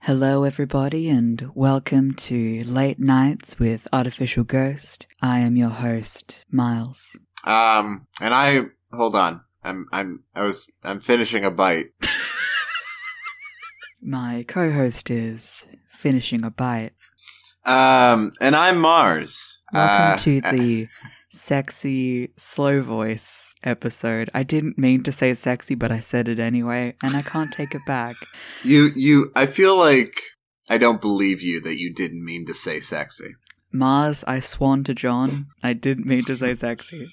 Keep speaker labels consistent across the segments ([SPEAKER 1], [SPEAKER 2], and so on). [SPEAKER 1] Hello, everybody, and welcome to Late Nights with Artificial Ghost. I am your host, Miles.
[SPEAKER 2] Um, and I hold on. I'm I'm I was I'm finishing a bite.
[SPEAKER 1] My co host is finishing a bite.
[SPEAKER 2] Um, and I'm Mars.
[SPEAKER 1] Welcome
[SPEAKER 2] Uh,
[SPEAKER 1] to the sexy slow voice episode. I didn't mean to say sexy, but I said it anyway, and I can't take it back.
[SPEAKER 2] you you. I feel like I don't believe you that you didn't mean to say sexy.
[SPEAKER 1] Mars, I swan to John. I didn't mean to say sexy.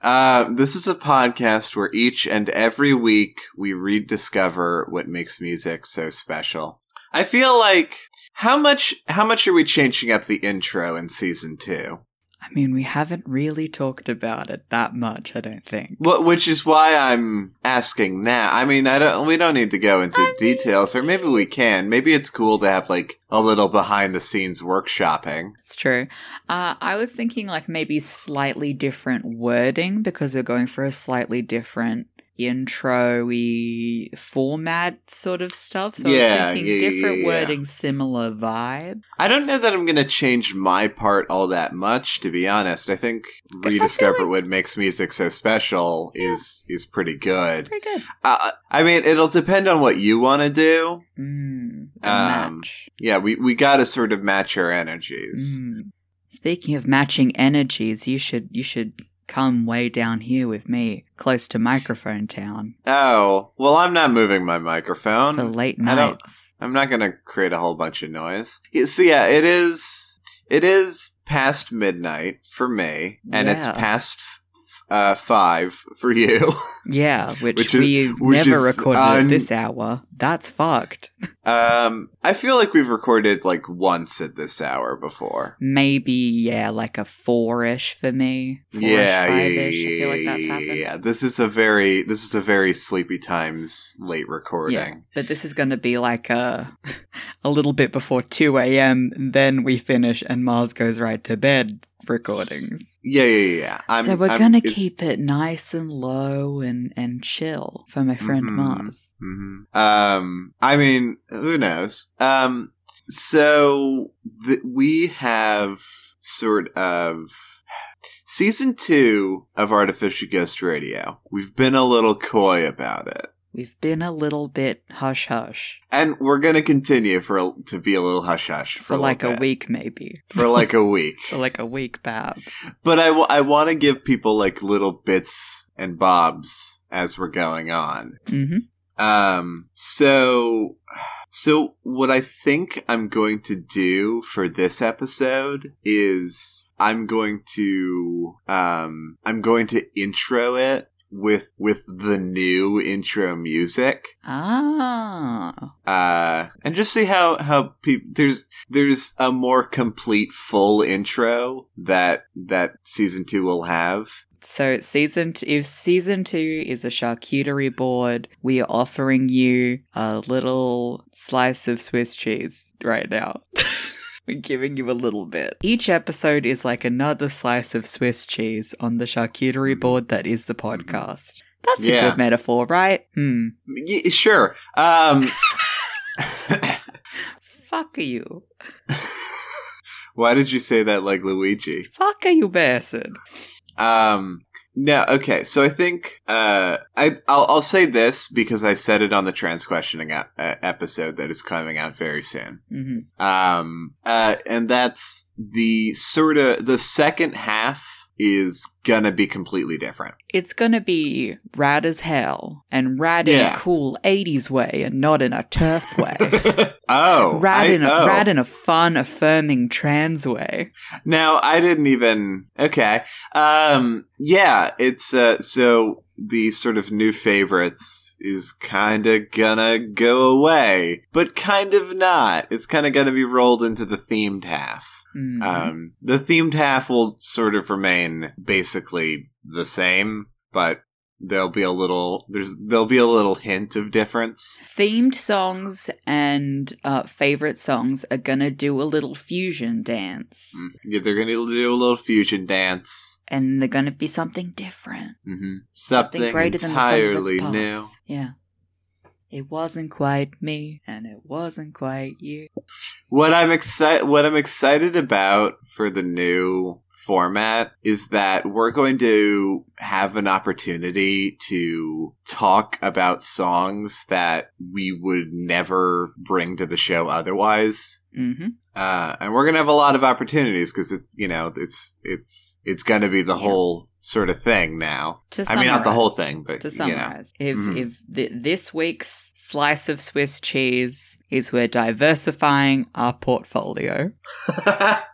[SPEAKER 2] Uh, this is a podcast where each and every week we rediscover what makes music so special. I feel like how much how much are we changing up the intro in season two?
[SPEAKER 1] I mean, we haven't really talked about it that much, I don't think.
[SPEAKER 2] Wh- which is why I'm asking now. I mean, I don't. We don't need to go into details, or maybe we can. Maybe it's cool to have like a little behind the scenes workshopping.
[SPEAKER 1] It's true. Uh, I was thinking like maybe slightly different wording because we're going for a slightly different intro-y format sort of stuff. So I
[SPEAKER 2] Yeah,
[SPEAKER 1] was thinking
[SPEAKER 2] yeah, yeah,
[SPEAKER 1] different
[SPEAKER 2] yeah.
[SPEAKER 1] wording, similar vibe.
[SPEAKER 2] I don't know that I'm gonna change my part all that much, to be honest. I think
[SPEAKER 1] I
[SPEAKER 2] rediscover
[SPEAKER 1] feel
[SPEAKER 2] what makes music so special is is pretty good.
[SPEAKER 1] Pretty good.
[SPEAKER 2] Uh, I mean, it'll depend on what you want to do.
[SPEAKER 1] Mm, a
[SPEAKER 2] Um,
[SPEAKER 1] match.
[SPEAKER 2] Yeah, we we gotta sort of match our energies.
[SPEAKER 1] Mm. Speaking of matching energies, you should you should come way down here with me, close to microphone town
[SPEAKER 2] Oh, well, I'm not moving my microphone.
[SPEAKER 1] for late
[SPEAKER 2] I don't-
[SPEAKER 1] nights.
[SPEAKER 2] I'm not gonna create a whole bunch of noise. Yeah, So yeah, it is. It is past midnight for me, and it's
[SPEAKER 1] Yeah.
[SPEAKER 2] past f- uh, five for you.
[SPEAKER 1] Yeah, which,
[SPEAKER 2] Which is-
[SPEAKER 1] we
[SPEAKER 2] which
[SPEAKER 1] never
[SPEAKER 2] is
[SPEAKER 1] recorded
[SPEAKER 2] un-
[SPEAKER 1] at this hour. That's fucked.
[SPEAKER 2] um, I feel like we've recorded like once at this hour before.
[SPEAKER 1] Maybe yeah, like a four-ish for me. Four-ish,
[SPEAKER 2] yeah, yeah,
[SPEAKER 1] five-ish. I feel like that's
[SPEAKER 2] yeah,
[SPEAKER 1] happened.
[SPEAKER 2] yeah. This is a very this is a very sleepy times late
[SPEAKER 1] Yeah,
[SPEAKER 2] recording.
[SPEAKER 1] but this is going to be like a a little bit before two a.m. Then we finish, and Mars goes right to bed. Recordings.
[SPEAKER 2] Yeah, yeah, yeah. yeah. I'm,
[SPEAKER 1] so we're
[SPEAKER 2] I'm-
[SPEAKER 1] gonna
[SPEAKER 2] it's-
[SPEAKER 1] keep it nice and low and and chill for my friend
[SPEAKER 2] Mhm.
[SPEAKER 1] Mars.
[SPEAKER 2] Mm-hmm. Um, I mean, who knows? Um, so th- we have sort of season two of Artificial Ghost Radio. We've been a little coy about it,
[SPEAKER 1] We've been a little bit hush hush
[SPEAKER 2] and we're gonna continue for a- to be a little hush hush
[SPEAKER 1] for, like a
[SPEAKER 2] bit.
[SPEAKER 1] week, maybe
[SPEAKER 2] For like a week,
[SPEAKER 1] for like a week, perhaps.
[SPEAKER 2] but I, w- I want to give people like little bits and bobs as we're going on.
[SPEAKER 1] hmm
[SPEAKER 2] Um, so, so what I think I'm going to do for this episode is I'm going to, um, I'm going to intro it with, with the new intro music.
[SPEAKER 1] Ah,
[SPEAKER 2] Uh, and just see how, how people, there's, there's a more complete full intro that, that season two will have.
[SPEAKER 1] so season t- if season two is a charcuterie board, we are offering you a little slice of Swiss cheese right now. We're giving you a little bit. Each episode is like another slice of Swiss cheese on the charcuterie board that is the podcast. That's a
[SPEAKER 2] Yeah.
[SPEAKER 1] good metaphor, right? Hmm.
[SPEAKER 2] Y- sure. Um,
[SPEAKER 1] Fuck you.
[SPEAKER 2] why did you say that like Luigi?
[SPEAKER 1] Fuck you, bastard.
[SPEAKER 2] Um no, okay. So I think uh I I'll, I'll say this because I said it on the trans questioning ep- uh, episode that is coming out very soon.
[SPEAKER 1] hmm
[SPEAKER 2] Um uh and that's the sort of the second half is gonna be completely different.
[SPEAKER 1] It's gonna be rad as hell and rad in
[SPEAKER 2] Yeah.
[SPEAKER 1] a cool 80s way and not in a turf way.
[SPEAKER 2] oh,
[SPEAKER 1] rad,
[SPEAKER 2] I-
[SPEAKER 1] in a,
[SPEAKER 2] oh.
[SPEAKER 1] rad in a fun, affirming trans way.
[SPEAKER 2] Now I didn't even okay. Um yeah, it's uh so the sort of new favorites is kinda gonna go away, but kind of not. It's kinda gonna be rolled into the themed half.
[SPEAKER 1] Hmm.
[SPEAKER 2] Um the themed half will sort of remain basically the same, but there'll be a little there's there'll be a little hint of difference.
[SPEAKER 1] Themed songs and uh, favorite songs are gonna do a little fusion dance,
[SPEAKER 2] Mm, Yeah, they're gonna do a little fusion dance.
[SPEAKER 1] and they're gonna be something different,
[SPEAKER 2] hmm
[SPEAKER 1] something
[SPEAKER 2] Something
[SPEAKER 1] greater than the sum of its
[SPEAKER 2] entirely new.
[SPEAKER 1] parts. Yeah, It wasn't quite me, and it wasn't quite you.
[SPEAKER 2] What I'm excited what I'm excited about for the new format is that we're going to have an opportunity to talk about songs that we would never bring to the show otherwise.
[SPEAKER 1] hmm
[SPEAKER 2] Uh, and we're gonna have a lot of opportunities because it's you know it's it's it's gonna be the
[SPEAKER 1] Yeah.
[SPEAKER 2] whole sort of thing now.
[SPEAKER 1] To
[SPEAKER 2] I mean, not the
[SPEAKER 1] summarize-
[SPEAKER 2] whole thing, but
[SPEAKER 1] To
[SPEAKER 2] you know.
[SPEAKER 1] summarize, if
[SPEAKER 2] Mhm.
[SPEAKER 1] if th- this week's slice of Swiss cheese is we're diversifying our portfolio.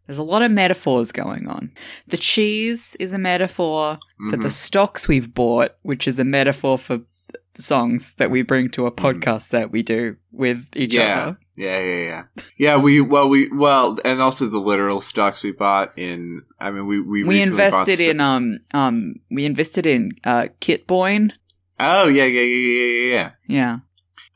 [SPEAKER 1] There's a lot of metaphors going on. The cheese is a metaphor
[SPEAKER 2] Mm-hmm.
[SPEAKER 1] for the stocks we've bought, which is a metaphor for songs that we bring to a
[SPEAKER 2] Mhm.
[SPEAKER 1] podcast that we do with each
[SPEAKER 2] Yeah.
[SPEAKER 1] other.
[SPEAKER 2] Yeah, yeah, yeah. Yeah, we well we well and also the literal stocks we bought in I mean we we,
[SPEAKER 1] We,
[SPEAKER 2] recently bought
[SPEAKER 1] invested
[SPEAKER 2] sto-
[SPEAKER 1] in um um we invested in uh Kitboyne.
[SPEAKER 2] Oh, yeah, yeah, yeah, yeah, yeah,
[SPEAKER 1] Yeah.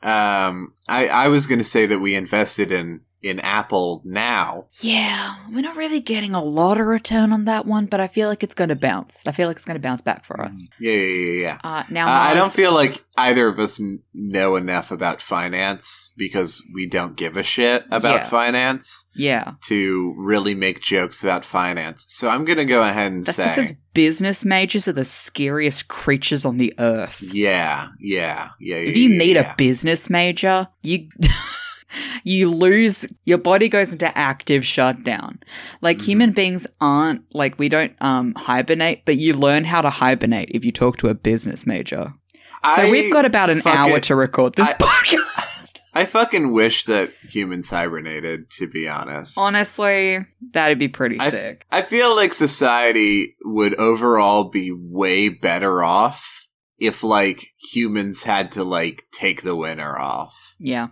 [SPEAKER 2] yeah. Um I I was going to say that we invested in in Apple now.
[SPEAKER 1] Yeah, we're not really getting a lot of return on that one, but I feel like it's going to bounce. I feel like it's going to bounce back for us.
[SPEAKER 2] Mm-hmm. Yeah, yeah, yeah, yeah.
[SPEAKER 1] Uh, now,
[SPEAKER 2] Mm. I I don't
[SPEAKER 1] Nas-
[SPEAKER 2] feel like either of us n- know enough about finance because we don't give a shit about
[SPEAKER 1] Yeah.
[SPEAKER 2] finance
[SPEAKER 1] yeah,
[SPEAKER 2] to really make jokes about finance. So I'm going to go ahead and
[SPEAKER 1] that's
[SPEAKER 2] say
[SPEAKER 1] because business majors are the scariest creatures on the earth.
[SPEAKER 2] yeah, yeah, yeah, yeah.
[SPEAKER 1] If you
[SPEAKER 2] yeah,
[SPEAKER 1] meet
[SPEAKER 2] yeah.
[SPEAKER 1] a business major, you you lose your body goes into active shutdown. Like
[SPEAKER 2] Mhm.
[SPEAKER 1] human beings aren't like we don't um hibernate, but you learn how to hibernate if you talk to a business major. So
[SPEAKER 2] I
[SPEAKER 1] we've got about an
[SPEAKER 2] fucking-
[SPEAKER 1] hour to record this
[SPEAKER 2] I-
[SPEAKER 1] podcast.
[SPEAKER 2] I fucking wish that humans hibernated, to be honest.
[SPEAKER 1] Honestly, that'd be pretty
[SPEAKER 2] I-
[SPEAKER 1] sick.
[SPEAKER 2] I feel like society would overall be way better off if, like, humans had to, like, take the winter off.
[SPEAKER 1] Yeah.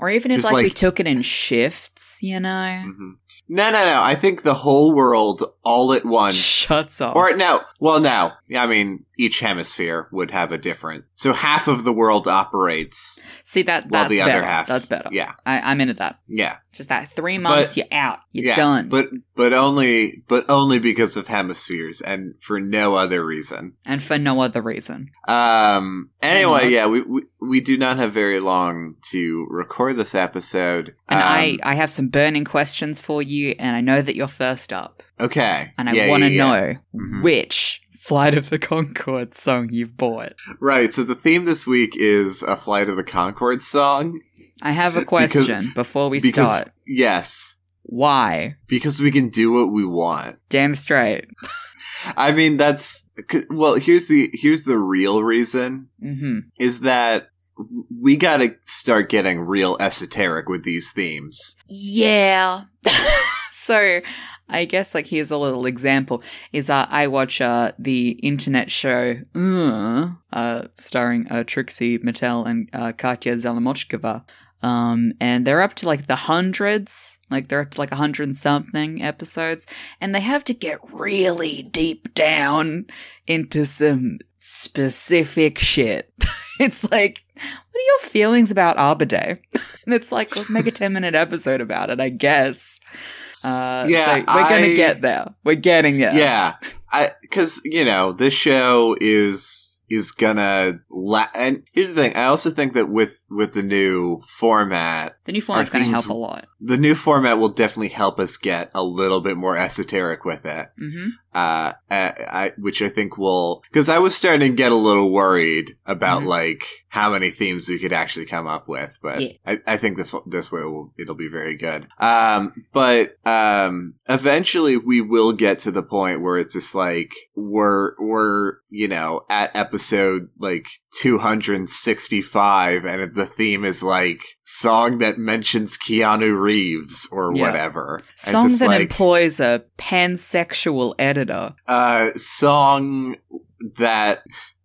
[SPEAKER 1] Or even if
[SPEAKER 2] Just
[SPEAKER 1] like, we
[SPEAKER 2] like-
[SPEAKER 1] took it in shifts, you know?
[SPEAKER 2] hmm No, no, no. I think the whole world all at once.
[SPEAKER 1] Shuts off.
[SPEAKER 2] or no, well, no. I mean, each hemisphere would have a different. So half of the world operates,
[SPEAKER 1] See that that's
[SPEAKER 2] while the other
[SPEAKER 1] better.
[SPEAKER 2] half.
[SPEAKER 1] That's better.
[SPEAKER 2] Yeah,
[SPEAKER 1] I, I'm into that.
[SPEAKER 2] yeah.
[SPEAKER 1] Just that three months, you're out. You're done.
[SPEAKER 2] But but only but only because of hemispheres and for no other reason.
[SPEAKER 1] and for no other reason.
[SPEAKER 2] Um. Anyway,
[SPEAKER 1] Almost.
[SPEAKER 2] yeah, we, we we do not have very long to record this episode.
[SPEAKER 1] And
[SPEAKER 2] Um,
[SPEAKER 1] I, I have some burning questions for you, and I know that you're first up.
[SPEAKER 2] okay,
[SPEAKER 1] And I
[SPEAKER 2] Yeah,
[SPEAKER 1] want to
[SPEAKER 2] yeah, yeah.
[SPEAKER 1] know
[SPEAKER 2] Mhm.
[SPEAKER 1] which Flight of the Concord song you've bought.
[SPEAKER 2] Right. So the theme this week is a Flight of the Concord song.
[SPEAKER 1] I have a
[SPEAKER 2] Because-
[SPEAKER 1] question before we
[SPEAKER 2] because
[SPEAKER 1] start.
[SPEAKER 2] yes,
[SPEAKER 1] Why?
[SPEAKER 2] because we can do what we want.
[SPEAKER 1] Damn straight.
[SPEAKER 2] I mean, that's c- well. Here's the here's the real reason
[SPEAKER 1] hmm
[SPEAKER 2] is that we got to start getting real esoteric with these themes.
[SPEAKER 1] Yeah. so I guess like here's a little example is uh, I watch uh, the internet show uh, uh, starring uh, Trixie Mattel and uh, Katya Zalamochkova. Um, and they're up to like the hundreds, like they're up to like a hundred and something episodes, and they have to get really deep down into some specific shit. it's like, what are your feelings about Arbor Day? and it's like, let's make a 10 minute episode about it, I guess. Uh,
[SPEAKER 2] Yeah,
[SPEAKER 1] so we're gonna
[SPEAKER 2] I-
[SPEAKER 1] get there. We're getting it.
[SPEAKER 2] yeah i because you know this show is is gonna la- and here's the thing i also think that with with the new format
[SPEAKER 1] The new format's
[SPEAKER 2] Are
[SPEAKER 1] gonna
[SPEAKER 2] things-
[SPEAKER 1] help a lot.
[SPEAKER 2] the new format will definitely help us get a little bit more esoteric with it
[SPEAKER 1] hmm
[SPEAKER 2] uh I, I which i think will because i was starting to get a little worried about
[SPEAKER 1] Mhm.
[SPEAKER 2] like how many themes we could actually come up with but
[SPEAKER 1] Yeah.
[SPEAKER 2] I, I think this this way will it'll be very good um but um eventually we will get to the point where it's just like we're we're you know at episode like 265 and the theme is like song that mentions keanu reeves or
[SPEAKER 1] Yeah.
[SPEAKER 2] whatever And it's
[SPEAKER 1] Song
[SPEAKER 2] just
[SPEAKER 1] that
[SPEAKER 2] like-
[SPEAKER 1] employs a pansexual editor.
[SPEAKER 2] uh, song that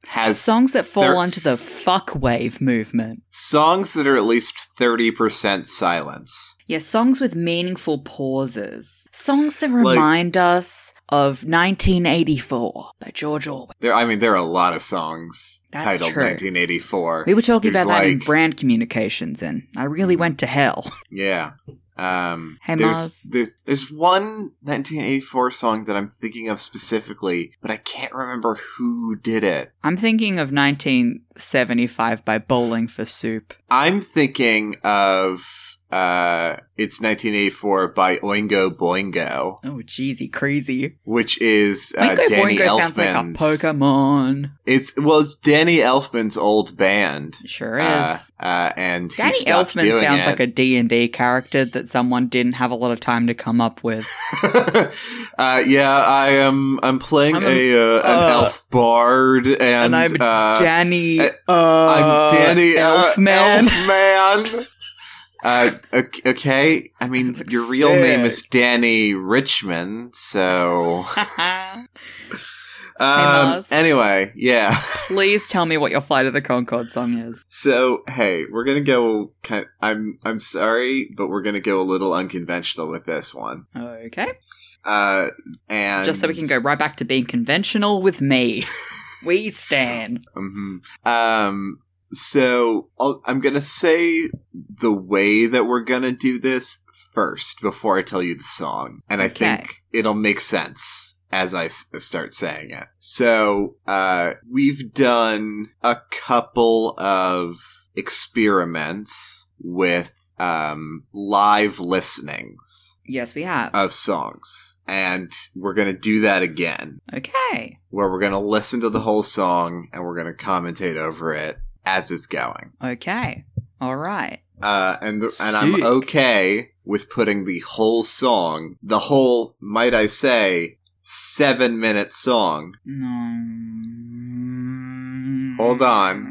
[SPEAKER 2] has
[SPEAKER 1] Songs that fall
[SPEAKER 2] thir-
[SPEAKER 1] onto the fuck wave movement.
[SPEAKER 2] songs that are at least 30% silence.
[SPEAKER 1] Yeah, songs with meaningful pauses. Songs that
[SPEAKER 2] Like-
[SPEAKER 1] remind us of 1984 by George Orwell.
[SPEAKER 2] There, I mean, there are a lot of songs
[SPEAKER 1] That's
[SPEAKER 2] titled
[SPEAKER 1] true.
[SPEAKER 2] 1984.
[SPEAKER 1] We were talking about
[SPEAKER 2] There's
[SPEAKER 1] that in
[SPEAKER 2] like-
[SPEAKER 1] brand communications, and I really went to hell.
[SPEAKER 2] yeah. Um,
[SPEAKER 1] Hey,
[SPEAKER 2] there's,
[SPEAKER 1] Mars.
[SPEAKER 2] There's, there's one 1984 song that I'm thinking of specifically, but I can't remember who did it.
[SPEAKER 1] I'm thinking of 1975 by Bowling for Soup.
[SPEAKER 2] I'm thinking of uh, it's 1984 by Oingo Boingo,
[SPEAKER 1] Oh, jeezy, crazy.
[SPEAKER 2] which is uh,
[SPEAKER 1] Oingo
[SPEAKER 2] Danny
[SPEAKER 1] Boingo sounds like a
[SPEAKER 2] Elfman's.
[SPEAKER 1] Pokemon.
[SPEAKER 2] It's well, it's Danny Elfman's old band.
[SPEAKER 1] Sure is.
[SPEAKER 2] Uh, uh, and he
[SPEAKER 1] Danny
[SPEAKER 2] stopped
[SPEAKER 1] Elfman
[SPEAKER 2] doing
[SPEAKER 1] sounds
[SPEAKER 2] it.
[SPEAKER 1] like a D&D character that someone didn't have a lot of time to come up with.
[SPEAKER 2] uh, yeah, I am. I'm playing
[SPEAKER 1] I'm
[SPEAKER 2] a, uh, an
[SPEAKER 1] uh,
[SPEAKER 2] elf bard, and,
[SPEAKER 1] and I'm
[SPEAKER 2] uh,
[SPEAKER 1] Danny,
[SPEAKER 2] uh,
[SPEAKER 1] uh,
[SPEAKER 2] I'm Danny uh,
[SPEAKER 1] Elfman.
[SPEAKER 2] Elfman. Uh, ok- okay, I mean
[SPEAKER 1] That looks
[SPEAKER 2] your real name is
[SPEAKER 1] sick.
[SPEAKER 2] Danny Richmond, so um,
[SPEAKER 1] Mars.
[SPEAKER 2] anyway, yeah.
[SPEAKER 1] Please tell me what your Flight of the Concord song is.
[SPEAKER 2] So hey, we're gonna go. Kind I'm I'm sorry, but we're gonna go a little unconventional with this one.
[SPEAKER 1] Okay.
[SPEAKER 2] Uh, and
[SPEAKER 1] Just so we can go right back to being conventional with me. we stand.
[SPEAKER 2] hmm Um, so I'll, I'm gonna say the way that we're gonna do this first before I tell you the song, and I
[SPEAKER 1] Okay.
[SPEAKER 2] think it'll make sense as I s- start saying it. So uh, we've done a couple of experiments with um, live listenings
[SPEAKER 1] Yes, we have.
[SPEAKER 2] of songs, and we're gonna do that again
[SPEAKER 1] okay.
[SPEAKER 2] where we're going to listen to the whole song and we're going to commentate over it as it's going.
[SPEAKER 1] Okay. All right.
[SPEAKER 2] Uh, and th- and I'm
[SPEAKER 1] Sick.
[SPEAKER 2] okay with putting the whole song, the whole, might I say, seven minute song.
[SPEAKER 1] No.
[SPEAKER 2] Hold on.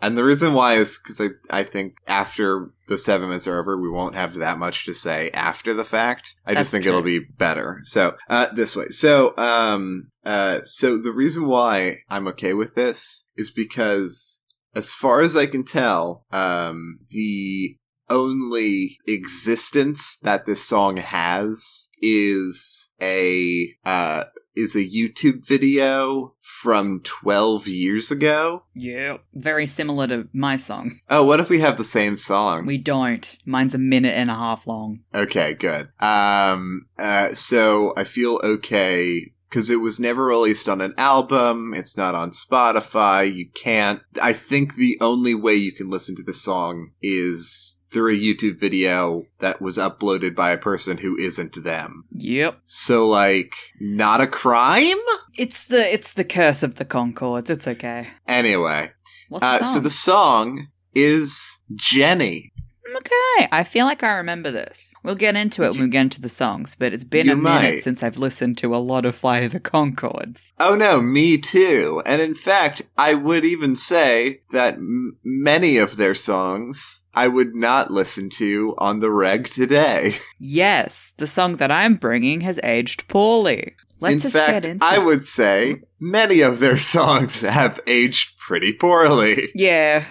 [SPEAKER 2] And the reason why is because I, I think after the seven minutes are over, we won't have that much to say after the fact. I
[SPEAKER 1] That's
[SPEAKER 2] just think
[SPEAKER 1] true.
[SPEAKER 2] it'll be better. So uh, this way. So um uh so the reason why I'm okay with this is because as far as I can tell, um, the only existence that this song has is a uh, is a YouTube video from twelve years ago.
[SPEAKER 1] Yeah. Very similar to my song.
[SPEAKER 2] Oh, what if we have the same song?
[SPEAKER 1] We don't. Mine's a minute and a half long.
[SPEAKER 2] okay, good. Um, uh, so I feel okay because it was never released on an album. It's not on Spotify. You can't. I think the only way you can listen to the song is through a YouTube video that was uploaded by a person who isn't them.
[SPEAKER 1] Yep.
[SPEAKER 2] So, like, not a crime.
[SPEAKER 1] It's the it's the curse of the Concords. It's okay.
[SPEAKER 2] Anyway,
[SPEAKER 1] What's
[SPEAKER 2] uh,
[SPEAKER 1] the
[SPEAKER 2] so
[SPEAKER 1] song?
[SPEAKER 2] the song is Jenny.
[SPEAKER 1] Okay, I feel like I remember this. We'll get into it when we get into the songs, but it's been
[SPEAKER 2] You
[SPEAKER 1] a minute
[SPEAKER 2] might.
[SPEAKER 1] since I've listened to a lot of Flight of the Concords.
[SPEAKER 2] Oh no, me too. And in fact, I would even say that m- many of their songs I would not listen to on the reg today.
[SPEAKER 1] Yes, the song that I'm bringing has aged poorly. Let's
[SPEAKER 2] in
[SPEAKER 1] just
[SPEAKER 2] fact,
[SPEAKER 1] get into
[SPEAKER 2] I
[SPEAKER 1] it.
[SPEAKER 2] would say many of their songs have aged pretty poorly.
[SPEAKER 1] Yeah.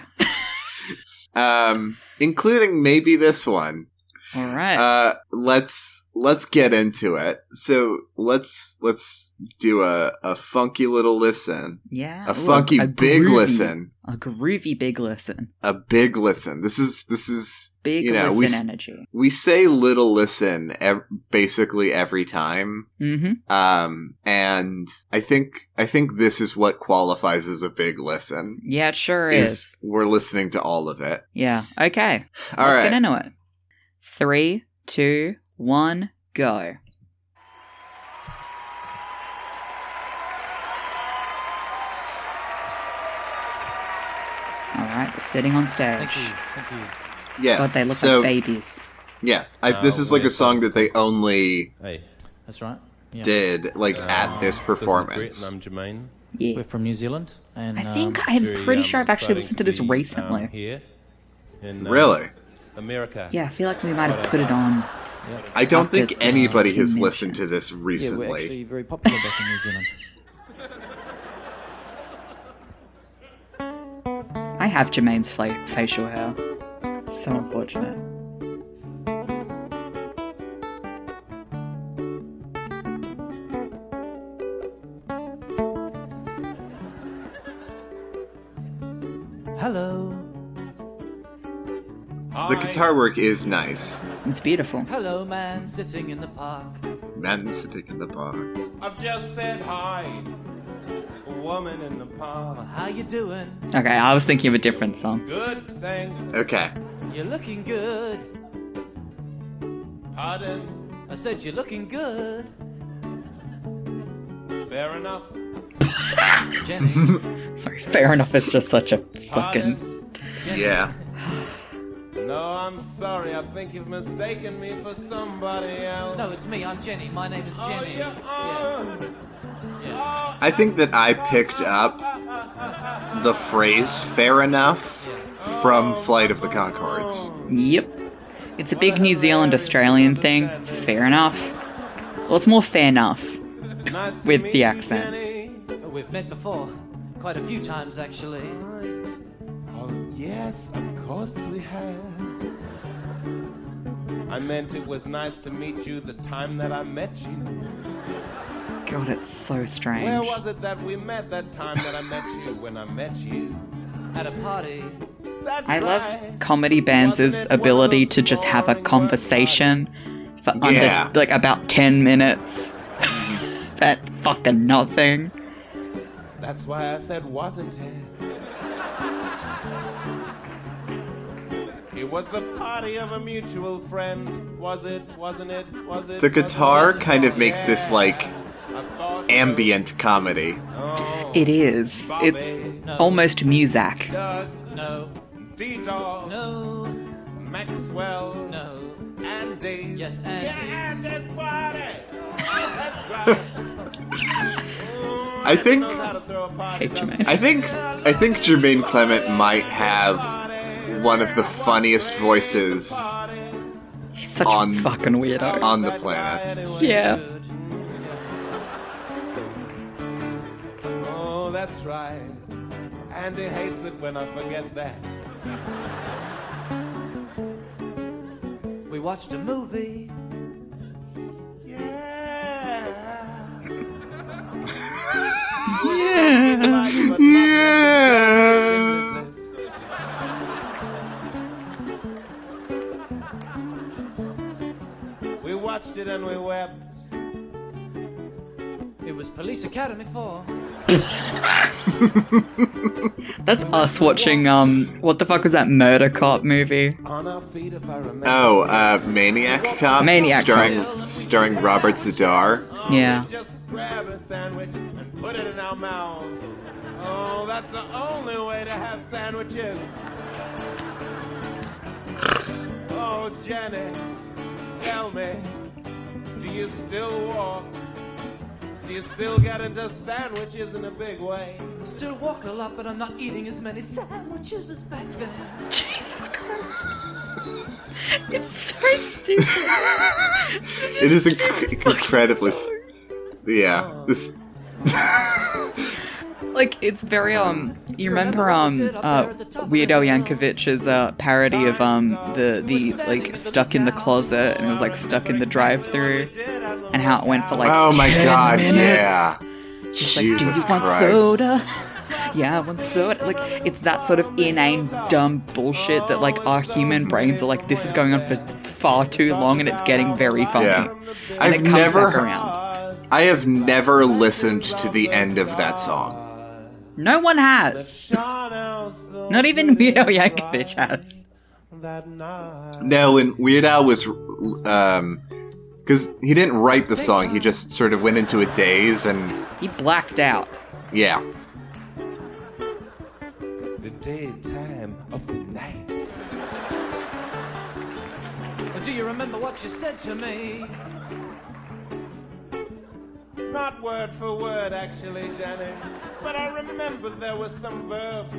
[SPEAKER 2] Um, including maybe this one.
[SPEAKER 1] All right.
[SPEAKER 2] Uh, let's let's get into it. So let's let's do a, a funky little listen.
[SPEAKER 1] yeah.
[SPEAKER 2] A
[SPEAKER 1] Ooh,
[SPEAKER 2] funky big
[SPEAKER 1] groovy-
[SPEAKER 2] listen.
[SPEAKER 1] A groovy big listen.
[SPEAKER 2] A big listen. This is this is
[SPEAKER 1] Big
[SPEAKER 2] You know, we
[SPEAKER 1] listen
[SPEAKER 2] s-
[SPEAKER 1] energy.
[SPEAKER 2] we say little listen ev- basically every time
[SPEAKER 1] Mm-hmm.
[SPEAKER 2] um and i think i think this is what qualifies as a big listen
[SPEAKER 1] Yeah, it sure is.
[SPEAKER 2] is we're listening to all of it
[SPEAKER 1] Yeah. Okay.
[SPEAKER 2] All
[SPEAKER 1] Let's
[SPEAKER 2] right.
[SPEAKER 1] get into it. Three, two, one, go. All right, we're sitting on stage.
[SPEAKER 3] Thank you. Thank you.
[SPEAKER 2] yeah
[SPEAKER 1] God, they look
[SPEAKER 2] so
[SPEAKER 1] like babies.
[SPEAKER 2] yeah I, this
[SPEAKER 3] Oh,
[SPEAKER 2] is like a
[SPEAKER 3] weird.
[SPEAKER 2] song that they only
[SPEAKER 4] Hey,
[SPEAKER 3] That's right. Yeah.
[SPEAKER 2] did like at this
[SPEAKER 4] This
[SPEAKER 2] performance
[SPEAKER 4] is Brett and I'm Jermaine.
[SPEAKER 1] Yeah.
[SPEAKER 3] We're from New Zealand, and
[SPEAKER 1] I think
[SPEAKER 3] um,
[SPEAKER 4] Very,
[SPEAKER 1] I'm pretty
[SPEAKER 4] um,
[SPEAKER 1] sure I've actually
[SPEAKER 4] exciting
[SPEAKER 1] listened to this
[SPEAKER 4] be, um,
[SPEAKER 1] recently.
[SPEAKER 4] here in, um,
[SPEAKER 2] really
[SPEAKER 4] America.
[SPEAKER 1] Yeah, I feel like we might have put it on.
[SPEAKER 2] i don't
[SPEAKER 1] Not that
[SPEAKER 2] think
[SPEAKER 1] this
[SPEAKER 2] anybody
[SPEAKER 1] can
[SPEAKER 2] has
[SPEAKER 1] mention.
[SPEAKER 2] listened to this
[SPEAKER 3] yeah,
[SPEAKER 2] recently
[SPEAKER 3] we're actually very popular back in New Zealand.
[SPEAKER 1] I have Jermaine's fla- facial hair. It's so unfortunate.
[SPEAKER 3] Hello.
[SPEAKER 2] the guitar work is nice
[SPEAKER 1] It's beautiful.
[SPEAKER 3] Hello, man sitting in the park.
[SPEAKER 2] Man sitting in the bar.
[SPEAKER 4] I've just said hi. A woman in the park.
[SPEAKER 3] How you doing?
[SPEAKER 1] Okay, I was thinking of a different song.
[SPEAKER 4] Good thing.
[SPEAKER 2] Okay.
[SPEAKER 3] You're looking good.
[SPEAKER 4] Pardon.
[SPEAKER 3] I said you're looking good.
[SPEAKER 4] Fair enough.
[SPEAKER 3] Jenny,
[SPEAKER 1] Sorry, fair enough. It's just such a fucking.
[SPEAKER 4] Pardon.
[SPEAKER 3] Jenny.
[SPEAKER 2] Yeah.
[SPEAKER 4] No, I'm sorry. I think you've mistaken me for somebody else.
[SPEAKER 3] No, it's me. I'm Jenny. My name is
[SPEAKER 4] Oh,
[SPEAKER 3] Jenny.
[SPEAKER 4] you are. Oh,
[SPEAKER 2] I think that I picked up the phrase fair enough from Flight of the Concords.
[SPEAKER 1] Yep. It's a big New Zealand Australian thing. It's fair enough. Well, it's more fair enough.
[SPEAKER 4] nice to
[SPEAKER 1] With
[SPEAKER 4] meet
[SPEAKER 1] the
[SPEAKER 4] you,
[SPEAKER 1] accent.
[SPEAKER 4] Jenny.
[SPEAKER 3] Oh, We've met before, quite a few times actually.
[SPEAKER 4] Oh, yes, of course we have. I meant it was nice to meet you the time that I met you.
[SPEAKER 1] God, it's so
[SPEAKER 4] Where
[SPEAKER 1] strange.
[SPEAKER 4] was it that we met that time that I met you when I met you?
[SPEAKER 3] At a party.
[SPEAKER 4] That's
[SPEAKER 1] I love
[SPEAKER 4] right.
[SPEAKER 1] comedy bands' ability to just have a conversation for under
[SPEAKER 2] Yeah.
[SPEAKER 1] like about ten minutes. that fucking nothing.
[SPEAKER 4] That's why I said, wasn't it? It was the party of a mutual friend. Was it? Wasn't it? Was it?
[SPEAKER 2] The
[SPEAKER 4] was it,
[SPEAKER 2] guitar
[SPEAKER 4] was it?
[SPEAKER 2] kind of makes this
[SPEAKER 4] Yeah.
[SPEAKER 2] like
[SPEAKER 4] I thought so.
[SPEAKER 2] ambient comedy.
[SPEAKER 4] Oh,
[SPEAKER 1] It is. It's
[SPEAKER 3] No.
[SPEAKER 1] almost music.
[SPEAKER 4] Doug,
[SPEAKER 3] No.
[SPEAKER 4] D-Dog,
[SPEAKER 3] No.
[SPEAKER 4] Maxwell,
[SPEAKER 3] No.
[SPEAKER 4] Andy.
[SPEAKER 3] Yes, Andy.
[SPEAKER 4] Yeah, this party. That's right.
[SPEAKER 2] I think
[SPEAKER 1] Hate you,
[SPEAKER 2] I
[SPEAKER 1] man.
[SPEAKER 2] think I think Jermaine Clement might have one of the funniest voices
[SPEAKER 1] He's such
[SPEAKER 2] on-
[SPEAKER 1] a fucking weirdo.
[SPEAKER 2] on the planet.
[SPEAKER 1] yeah.
[SPEAKER 3] Good.
[SPEAKER 4] Oh, that's right. Andy hates it when I forget that.
[SPEAKER 3] We watched a movie.
[SPEAKER 4] Yeah.
[SPEAKER 1] Yeah.
[SPEAKER 2] Yeah.
[SPEAKER 4] We watched it and we wept.
[SPEAKER 3] It was Police Academy 4.
[SPEAKER 1] That's us watching um what the fuck was that murder cop movie?
[SPEAKER 4] On our feet, if I remember.
[SPEAKER 2] Oh, uh, Maniac Cop,
[SPEAKER 1] Maniac
[SPEAKER 2] starring
[SPEAKER 3] Cop.
[SPEAKER 2] starring Robert Zadar.
[SPEAKER 4] Oh,
[SPEAKER 1] Yeah.
[SPEAKER 4] we Just grab a sandwich and put it in our mouths. Oh, that's the only way to have sandwiches. Oh, Jenny, tell me, do you still walk? Do you still get into sandwiches in a big way?
[SPEAKER 3] Still walk a lot, but I'm not eating as many sandwiches as back then.
[SPEAKER 1] Jesus Christ. It's so stupid.
[SPEAKER 2] It is inc- incredibly. s- Yeah, this
[SPEAKER 1] Like it's very um you remember um uh Weirdo Yankovic's uh parody of um the the like stuck in the closet and it was like stuck in the drive through and how it went for like
[SPEAKER 2] Oh my
[SPEAKER 1] 10
[SPEAKER 2] god,
[SPEAKER 1] minutes.
[SPEAKER 2] yeah.
[SPEAKER 1] Just like, do you
[SPEAKER 2] Jesus
[SPEAKER 1] want
[SPEAKER 2] Christ.
[SPEAKER 1] soda? yeah, I want soda. Like, it's that sort of inane, dumb bullshit that, like, our human brains are like, this is going on for far too long and it's getting very funny.
[SPEAKER 2] Yeah.
[SPEAKER 1] And
[SPEAKER 2] I've
[SPEAKER 1] it comes
[SPEAKER 2] never
[SPEAKER 1] back around.
[SPEAKER 2] I have never listened to the end of that song.
[SPEAKER 1] No one has. Not
[SPEAKER 4] Not oh,
[SPEAKER 1] even oh, Weirdo Yankovic has.
[SPEAKER 4] That night.
[SPEAKER 2] No, and Weird Al was um cuz he didn't write the song. He just sort of went into a daze and
[SPEAKER 1] He blacked out.
[SPEAKER 2] yeah.
[SPEAKER 4] The daytime of the night.
[SPEAKER 3] But do you remember what you said to me?
[SPEAKER 4] Not word for word, actually, Janet. But I remember there were some verbs.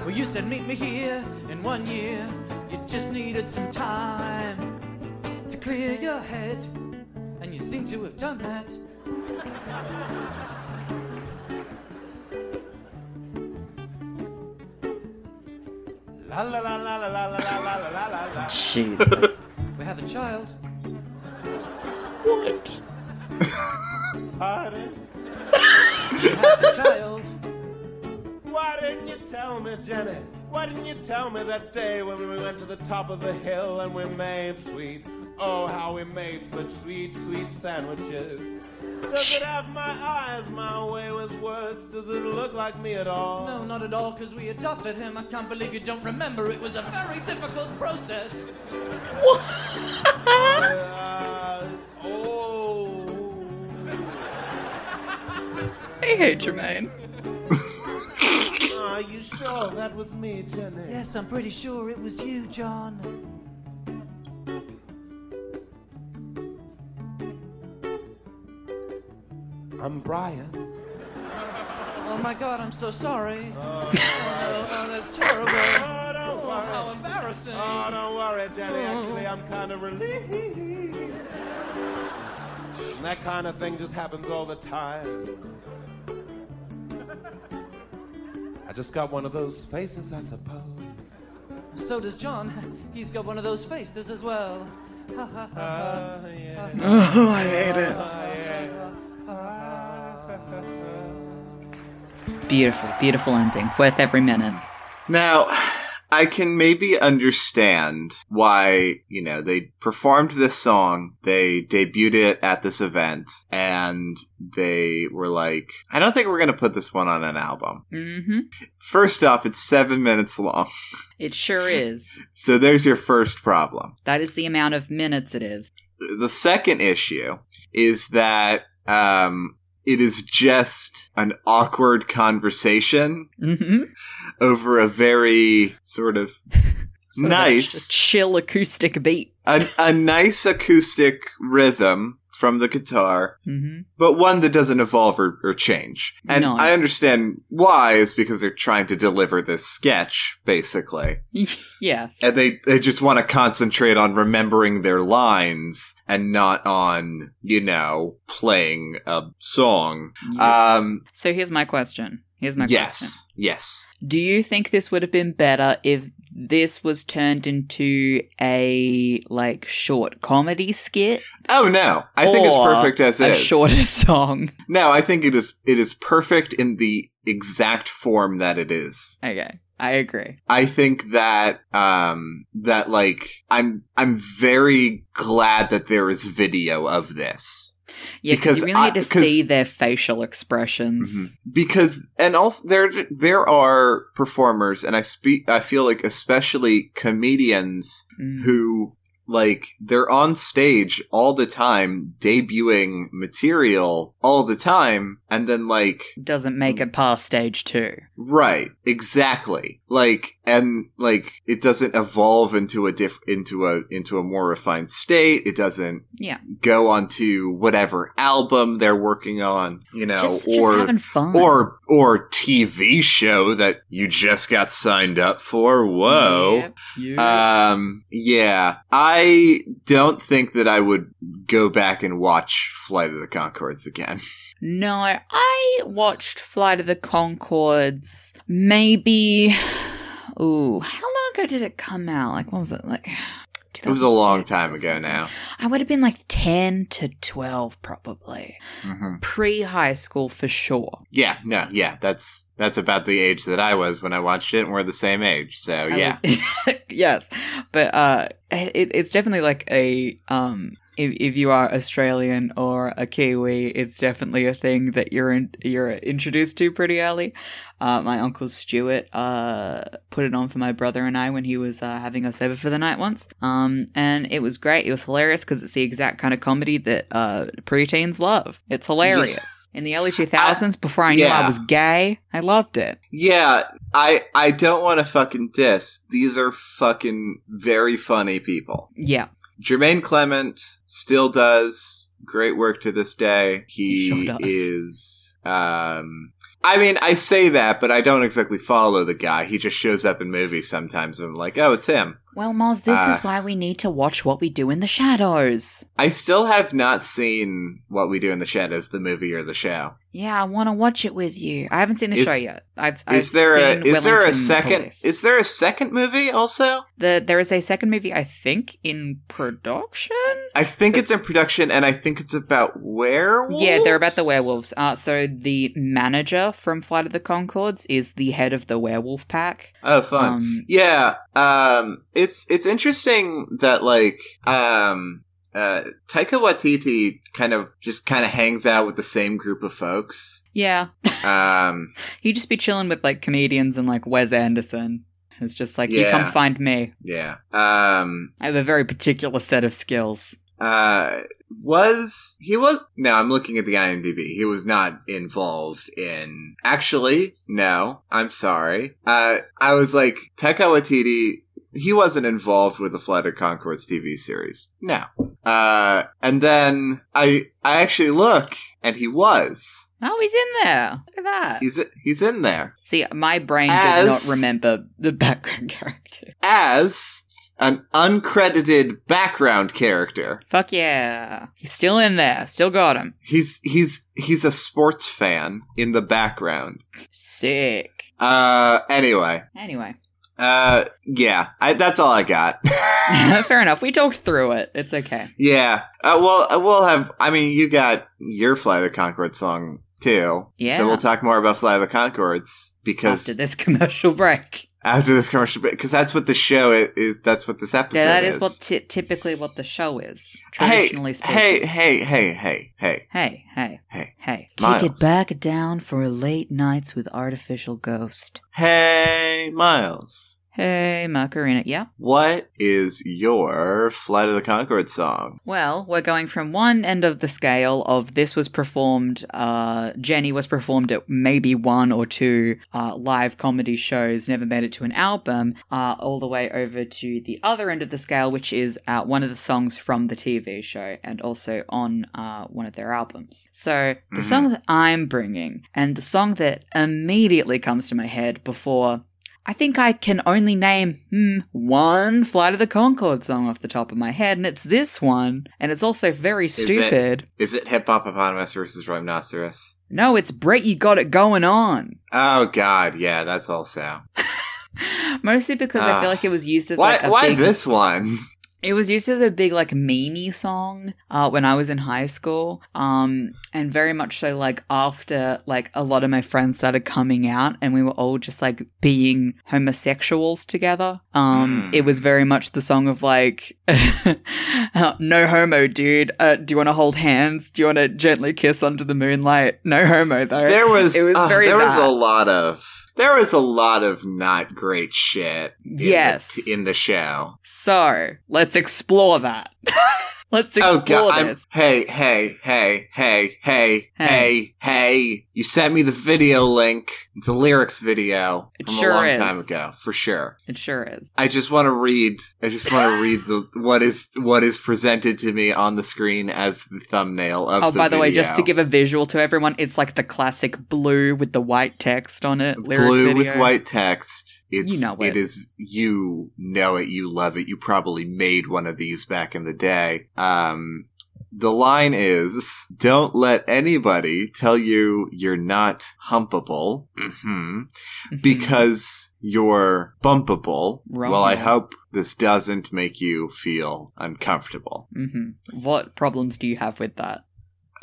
[SPEAKER 3] Well, you said meet me here in one year. You just needed some time to clear your head, and you seem to have done that.
[SPEAKER 4] La la la la la la la la la la la la.
[SPEAKER 1] Jesus.
[SPEAKER 3] We have a child.
[SPEAKER 1] what?
[SPEAKER 4] Pardon?
[SPEAKER 3] We have a child.
[SPEAKER 4] Why didn't you tell me, Janet? Why didn't you tell me that day when we went to the top of the hill and we made sweet? Oh, how we made such sweet, sweet sandwiches. Does it have my eyes, my way with words? Does it look like me at all?
[SPEAKER 3] No, not at all, because we adopted him. I can't believe you don't remember. It was a very difficult process.
[SPEAKER 4] Uh, oh.
[SPEAKER 1] I hate Jermaine.
[SPEAKER 4] Are you sure that was me, Jenny?
[SPEAKER 3] Yes, I'm pretty sure it was you, John.
[SPEAKER 4] I'm Brian.
[SPEAKER 3] Oh my god, I'm so sorry. Oh, no, oh, that's terrible.
[SPEAKER 4] Oh, don't
[SPEAKER 3] Oh, how
[SPEAKER 4] worry.
[SPEAKER 3] embarrassing.
[SPEAKER 4] Oh, don't worry, Jenny. Actually, I'm kind of relieved. And that kind of thing just happens all the time. I just got one of those faces, I suppose.
[SPEAKER 3] So does John. He's got one of those faces as well. Ha ha ha.
[SPEAKER 4] Ah, yeah.
[SPEAKER 1] Oh, I hate it.
[SPEAKER 4] Ah, yeah.
[SPEAKER 1] Beautiful, beautiful ending. Worth every minute.
[SPEAKER 2] Now, I can maybe understand why, you know, they performed this song, they debuted it at this event, and they were like, I don't think we're going to put this one on an album.
[SPEAKER 1] Mm-hmm.
[SPEAKER 2] First off, it's seven minutes long.
[SPEAKER 1] It sure is.
[SPEAKER 2] So there's your first problem.
[SPEAKER 1] That is the amount of minutes it is.
[SPEAKER 2] The second issue is that, um, it is just an awkward conversation
[SPEAKER 1] Mm-hmm.
[SPEAKER 2] over a very sort of nice
[SPEAKER 1] chill acoustic beat.
[SPEAKER 2] a, a nice acoustic rhythm from the guitar,
[SPEAKER 1] Mm-hmm.
[SPEAKER 2] but one that doesn't evolve or, or change. And
[SPEAKER 1] No.
[SPEAKER 2] I understand why is because they're trying to deliver this sketch, basically.
[SPEAKER 1] yes.
[SPEAKER 2] And they, they just want to concentrate on remembering their lines and not on, you know, playing a song.
[SPEAKER 1] Mm-hmm.
[SPEAKER 2] Um,
[SPEAKER 1] so here's my question. Here's my question.
[SPEAKER 2] yes, yes.
[SPEAKER 1] Do you think this would have been better if this was turned into a like short comedy skit?
[SPEAKER 2] Oh no, I think it's
[SPEAKER 1] Or
[SPEAKER 2] perfect as
[SPEAKER 1] a
[SPEAKER 2] is.
[SPEAKER 1] shorter song.
[SPEAKER 2] No, I think it is. It is perfect in the exact form that it is.
[SPEAKER 1] Okay. I agree.
[SPEAKER 2] I think that um that like I'm I'm very glad that there is video of this.
[SPEAKER 1] Yeah, because
[SPEAKER 2] Because
[SPEAKER 1] you really
[SPEAKER 2] I-
[SPEAKER 1] need to
[SPEAKER 2] 'cause-
[SPEAKER 1] see their facial expressions.
[SPEAKER 2] Because and also there there are performers and I speak I feel like especially comedians
[SPEAKER 1] Mm.
[SPEAKER 2] who like they're on stage all the time debuting material all the time and then like
[SPEAKER 1] Doesn't make it past stage two.
[SPEAKER 2] Right, exactly. Like and like it doesn't evolve into a diff into a into a more refined state. It doesn't
[SPEAKER 1] Yeah.
[SPEAKER 2] go onto whatever album they're working on, you know,
[SPEAKER 1] just, just
[SPEAKER 2] or
[SPEAKER 1] having fun.
[SPEAKER 2] or or TV show that you just got signed up for. Whoa.
[SPEAKER 1] Yep. Yep.
[SPEAKER 2] Um yeah, I don't think that I would go back and watch Flight of the Concords again.
[SPEAKER 1] No, I watched Flight of the Concords maybe. Ooh, how long ago did it come out? Like, what was it? Like,
[SPEAKER 2] It was a long
[SPEAKER 1] 2006
[SPEAKER 2] time
[SPEAKER 1] or
[SPEAKER 2] ago
[SPEAKER 1] something.
[SPEAKER 2] now.
[SPEAKER 1] I would have been like 10 to 12, probably.
[SPEAKER 2] Mhm.
[SPEAKER 1] Pre high school for sure.
[SPEAKER 2] Yeah, no, yeah, that's that's about the age that I was when I watched it, and we're the same age, so
[SPEAKER 1] I
[SPEAKER 2] yeah.
[SPEAKER 1] was- yes. But uh, it, it's definitely like a. um. If, if you are Australian or a Kiwi, it's definitely a thing that you're in, you're introduced to pretty early. Uh, my uncle Stuart uh, put it on for my brother and I when he was uh, having us over for the night once, um, and it was great. It was hilarious because it's the exact kind of comedy that uh, preteens love. It's hilarious. In the early two thousands, before I knew
[SPEAKER 2] yeah.
[SPEAKER 1] I was gay, I loved it.
[SPEAKER 2] yeah, I I don't want to fucking diss. These are fucking very funny people.
[SPEAKER 1] Yeah,
[SPEAKER 2] Jermaine Clement still does great work to this day.
[SPEAKER 1] He
[SPEAKER 2] He
[SPEAKER 1] sure does.
[SPEAKER 2] is um I mean, I say that, but I don't exactly follow the guy. He just shows up in movies sometimes and I'm like, "Oh, it's him."
[SPEAKER 1] Well, Mars, this
[SPEAKER 2] Uh,
[SPEAKER 1] is why we need to watch what we do in the shadows.
[SPEAKER 2] I still have not seen What We Do in the Shadows, the movie or the show.
[SPEAKER 1] Yeah, I want to watch it with you. I haven't seen the
[SPEAKER 2] Is-
[SPEAKER 1] show yet. I've, I've
[SPEAKER 2] Is there a
[SPEAKER 1] seen
[SPEAKER 2] is there a
[SPEAKER 1] Wellington
[SPEAKER 2] second
[SPEAKER 1] Police.
[SPEAKER 2] is there a second movie also?
[SPEAKER 1] The, there is a second movie, I think, in production.
[SPEAKER 2] I think it's in production, and I think it's about werewolves.
[SPEAKER 1] Yeah, they're about the werewolves. Uh, so the manager from Flight of the Concords is the head of the werewolf pack.
[SPEAKER 2] Oh, fun.
[SPEAKER 1] Um,
[SPEAKER 2] yeah, um, it's it's interesting that like um, uh, Taika Waititi kind of just kind of hangs out with the same group of folks.
[SPEAKER 1] yeah.
[SPEAKER 2] Um,
[SPEAKER 1] He'd just be chilling with like comedians and like Wes Anderson. It's just like you come
[SPEAKER 2] Yeah.
[SPEAKER 1] find me.
[SPEAKER 2] yeah. Um,
[SPEAKER 1] I have a very particular set of skills.
[SPEAKER 2] uh, was he was no? I'm looking at the IMDb. He was not involved in. Actually, no. I'm sorry. Uh, I was like Taika Waititi. He wasn't involved with the Flight of Concords TV series. No. Uh, and then I I actually look, and he was.
[SPEAKER 1] Oh, he's in there. Look at that.
[SPEAKER 2] He's he's in there
[SPEAKER 1] See, my brain does
[SPEAKER 2] As-
[SPEAKER 1] not remember the background character.
[SPEAKER 2] as an uncredited background character.
[SPEAKER 1] Fuck yeah. He's still in there. Still got him.
[SPEAKER 2] He's he's he's a sports fan in the background.
[SPEAKER 1] Sick.
[SPEAKER 2] Uh, anyway,
[SPEAKER 1] Anyway,
[SPEAKER 2] uh, yeah, I, that's all I got.
[SPEAKER 1] fair enough. We talked through it. It's okay.
[SPEAKER 2] yeah, uh, well, uh, we'll have. I mean, you got your Fly the Concord song too.
[SPEAKER 1] Yeah.
[SPEAKER 2] So we'll talk more about Fly the Concords because
[SPEAKER 1] After
[SPEAKER 2] after,
[SPEAKER 1] this commercial break.
[SPEAKER 2] this commercial, because that's what the show is. is that's what this episode
[SPEAKER 1] Yeah, that is
[SPEAKER 2] is.
[SPEAKER 1] what ti typically what the show is.
[SPEAKER 2] hey,
[SPEAKER 1] Traditionally speaking.
[SPEAKER 2] hey, hey, hey, hey, hey.
[SPEAKER 1] Hey, hey,
[SPEAKER 2] Hey.
[SPEAKER 1] hey. Take
[SPEAKER 2] Miles.
[SPEAKER 1] it back down for late nights with artificial ghost.
[SPEAKER 2] Hey, Miles.
[SPEAKER 1] Hey, Macarena. Yeah?
[SPEAKER 2] What is your Flight of the Concord song?
[SPEAKER 1] Well, we're going from one end of the scale of this was performed, uh, Jenny was performed at maybe one or two uh, live comedy shows, never made it to an album, uh, all the way over to the other end of the scale, which is uh, one of the songs from the TV show and also on uh, one of their albums. So the
[SPEAKER 2] Mhm.
[SPEAKER 1] song that I'm bringing and the song that immediately comes to my head before I think I can only name hmm, one Flight of the Concord song off the top of my head, and it's this one. And it's also very
[SPEAKER 2] it?
[SPEAKER 1] stupid.
[SPEAKER 2] Is it Hip Hopopotamus versus Rhinoceros?
[SPEAKER 1] No, it's Brett, you got it going on.
[SPEAKER 2] Oh God, yeah, that's also.
[SPEAKER 1] Mostly because I
[SPEAKER 2] Ah.
[SPEAKER 1] feel like it was used as
[SPEAKER 2] Why?
[SPEAKER 1] like a
[SPEAKER 2] why
[SPEAKER 1] big,
[SPEAKER 2] this one?
[SPEAKER 1] It was used as a big like memey song uh, when I was in high school, um, and very much so like after like a lot of my friends started coming out and we were all just like being homosexuals together. Um,
[SPEAKER 2] Mm.
[SPEAKER 1] It was very much the song of like, uh, no homo, dude. Uh, do you want to hold hands? Do you want to gently kiss under the moonlight? No homo though.
[SPEAKER 2] There was.
[SPEAKER 1] it was
[SPEAKER 2] uh,
[SPEAKER 1] very
[SPEAKER 2] there was
[SPEAKER 1] bad.
[SPEAKER 2] a lot of. There was a lot of not great shit. in the-
[SPEAKER 1] Yes.
[SPEAKER 2] in the show.
[SPEAKER 1] so let's explore that. let's explore
[SPEAKER 2] oh God! I'm-
[SPEAKER 1] this.
[SPEAKER 2] hey, hey, hey, hey, hey,
[SPEAKER 1] Hey.
[SPEAKER 2] hey, hey! You sent me the video link. It's a lyrics video
[SPEAKER 1] It
[SPEAKER 2] from
[SPEAKER 1] sure
[SPEAKER 2] a long
[SPEAKER 1] is.
[SPEAKER 2] time ago, for sure.
[SPEAKER 1] It sure is.
[SPEAKER 2] I just want to read. I just want to read the what is what is presented to me on the screen as the thumbnail of.
[SPEAKER 1] Oh, by the way, just to
[SPEAKER 2] video.
[SPEAKER 1] give a visual to everyone, it's like the classic blue with the white text on it. Lyric
[SPEAKER 2] blue
[SPEAKER 1] video.
[SPEAKER 2] with white text. It's
[SPEAKER 1] know it.
[SPEAKER 2] it is you know it, you love it. You probably made one of these back in the day. Um the line is don't let anybody tell you you're not humpable hmm
[SPEAKER 1] Mhm.
[SPEAKER 2] because you're bumpable.
[SPEAKER 1] Rumpable.
[SPEAKER 2] Well, I hope this doesn't make you feel uncomfortable.
[SPEAKER 1] Mhm. What problems do you have with that?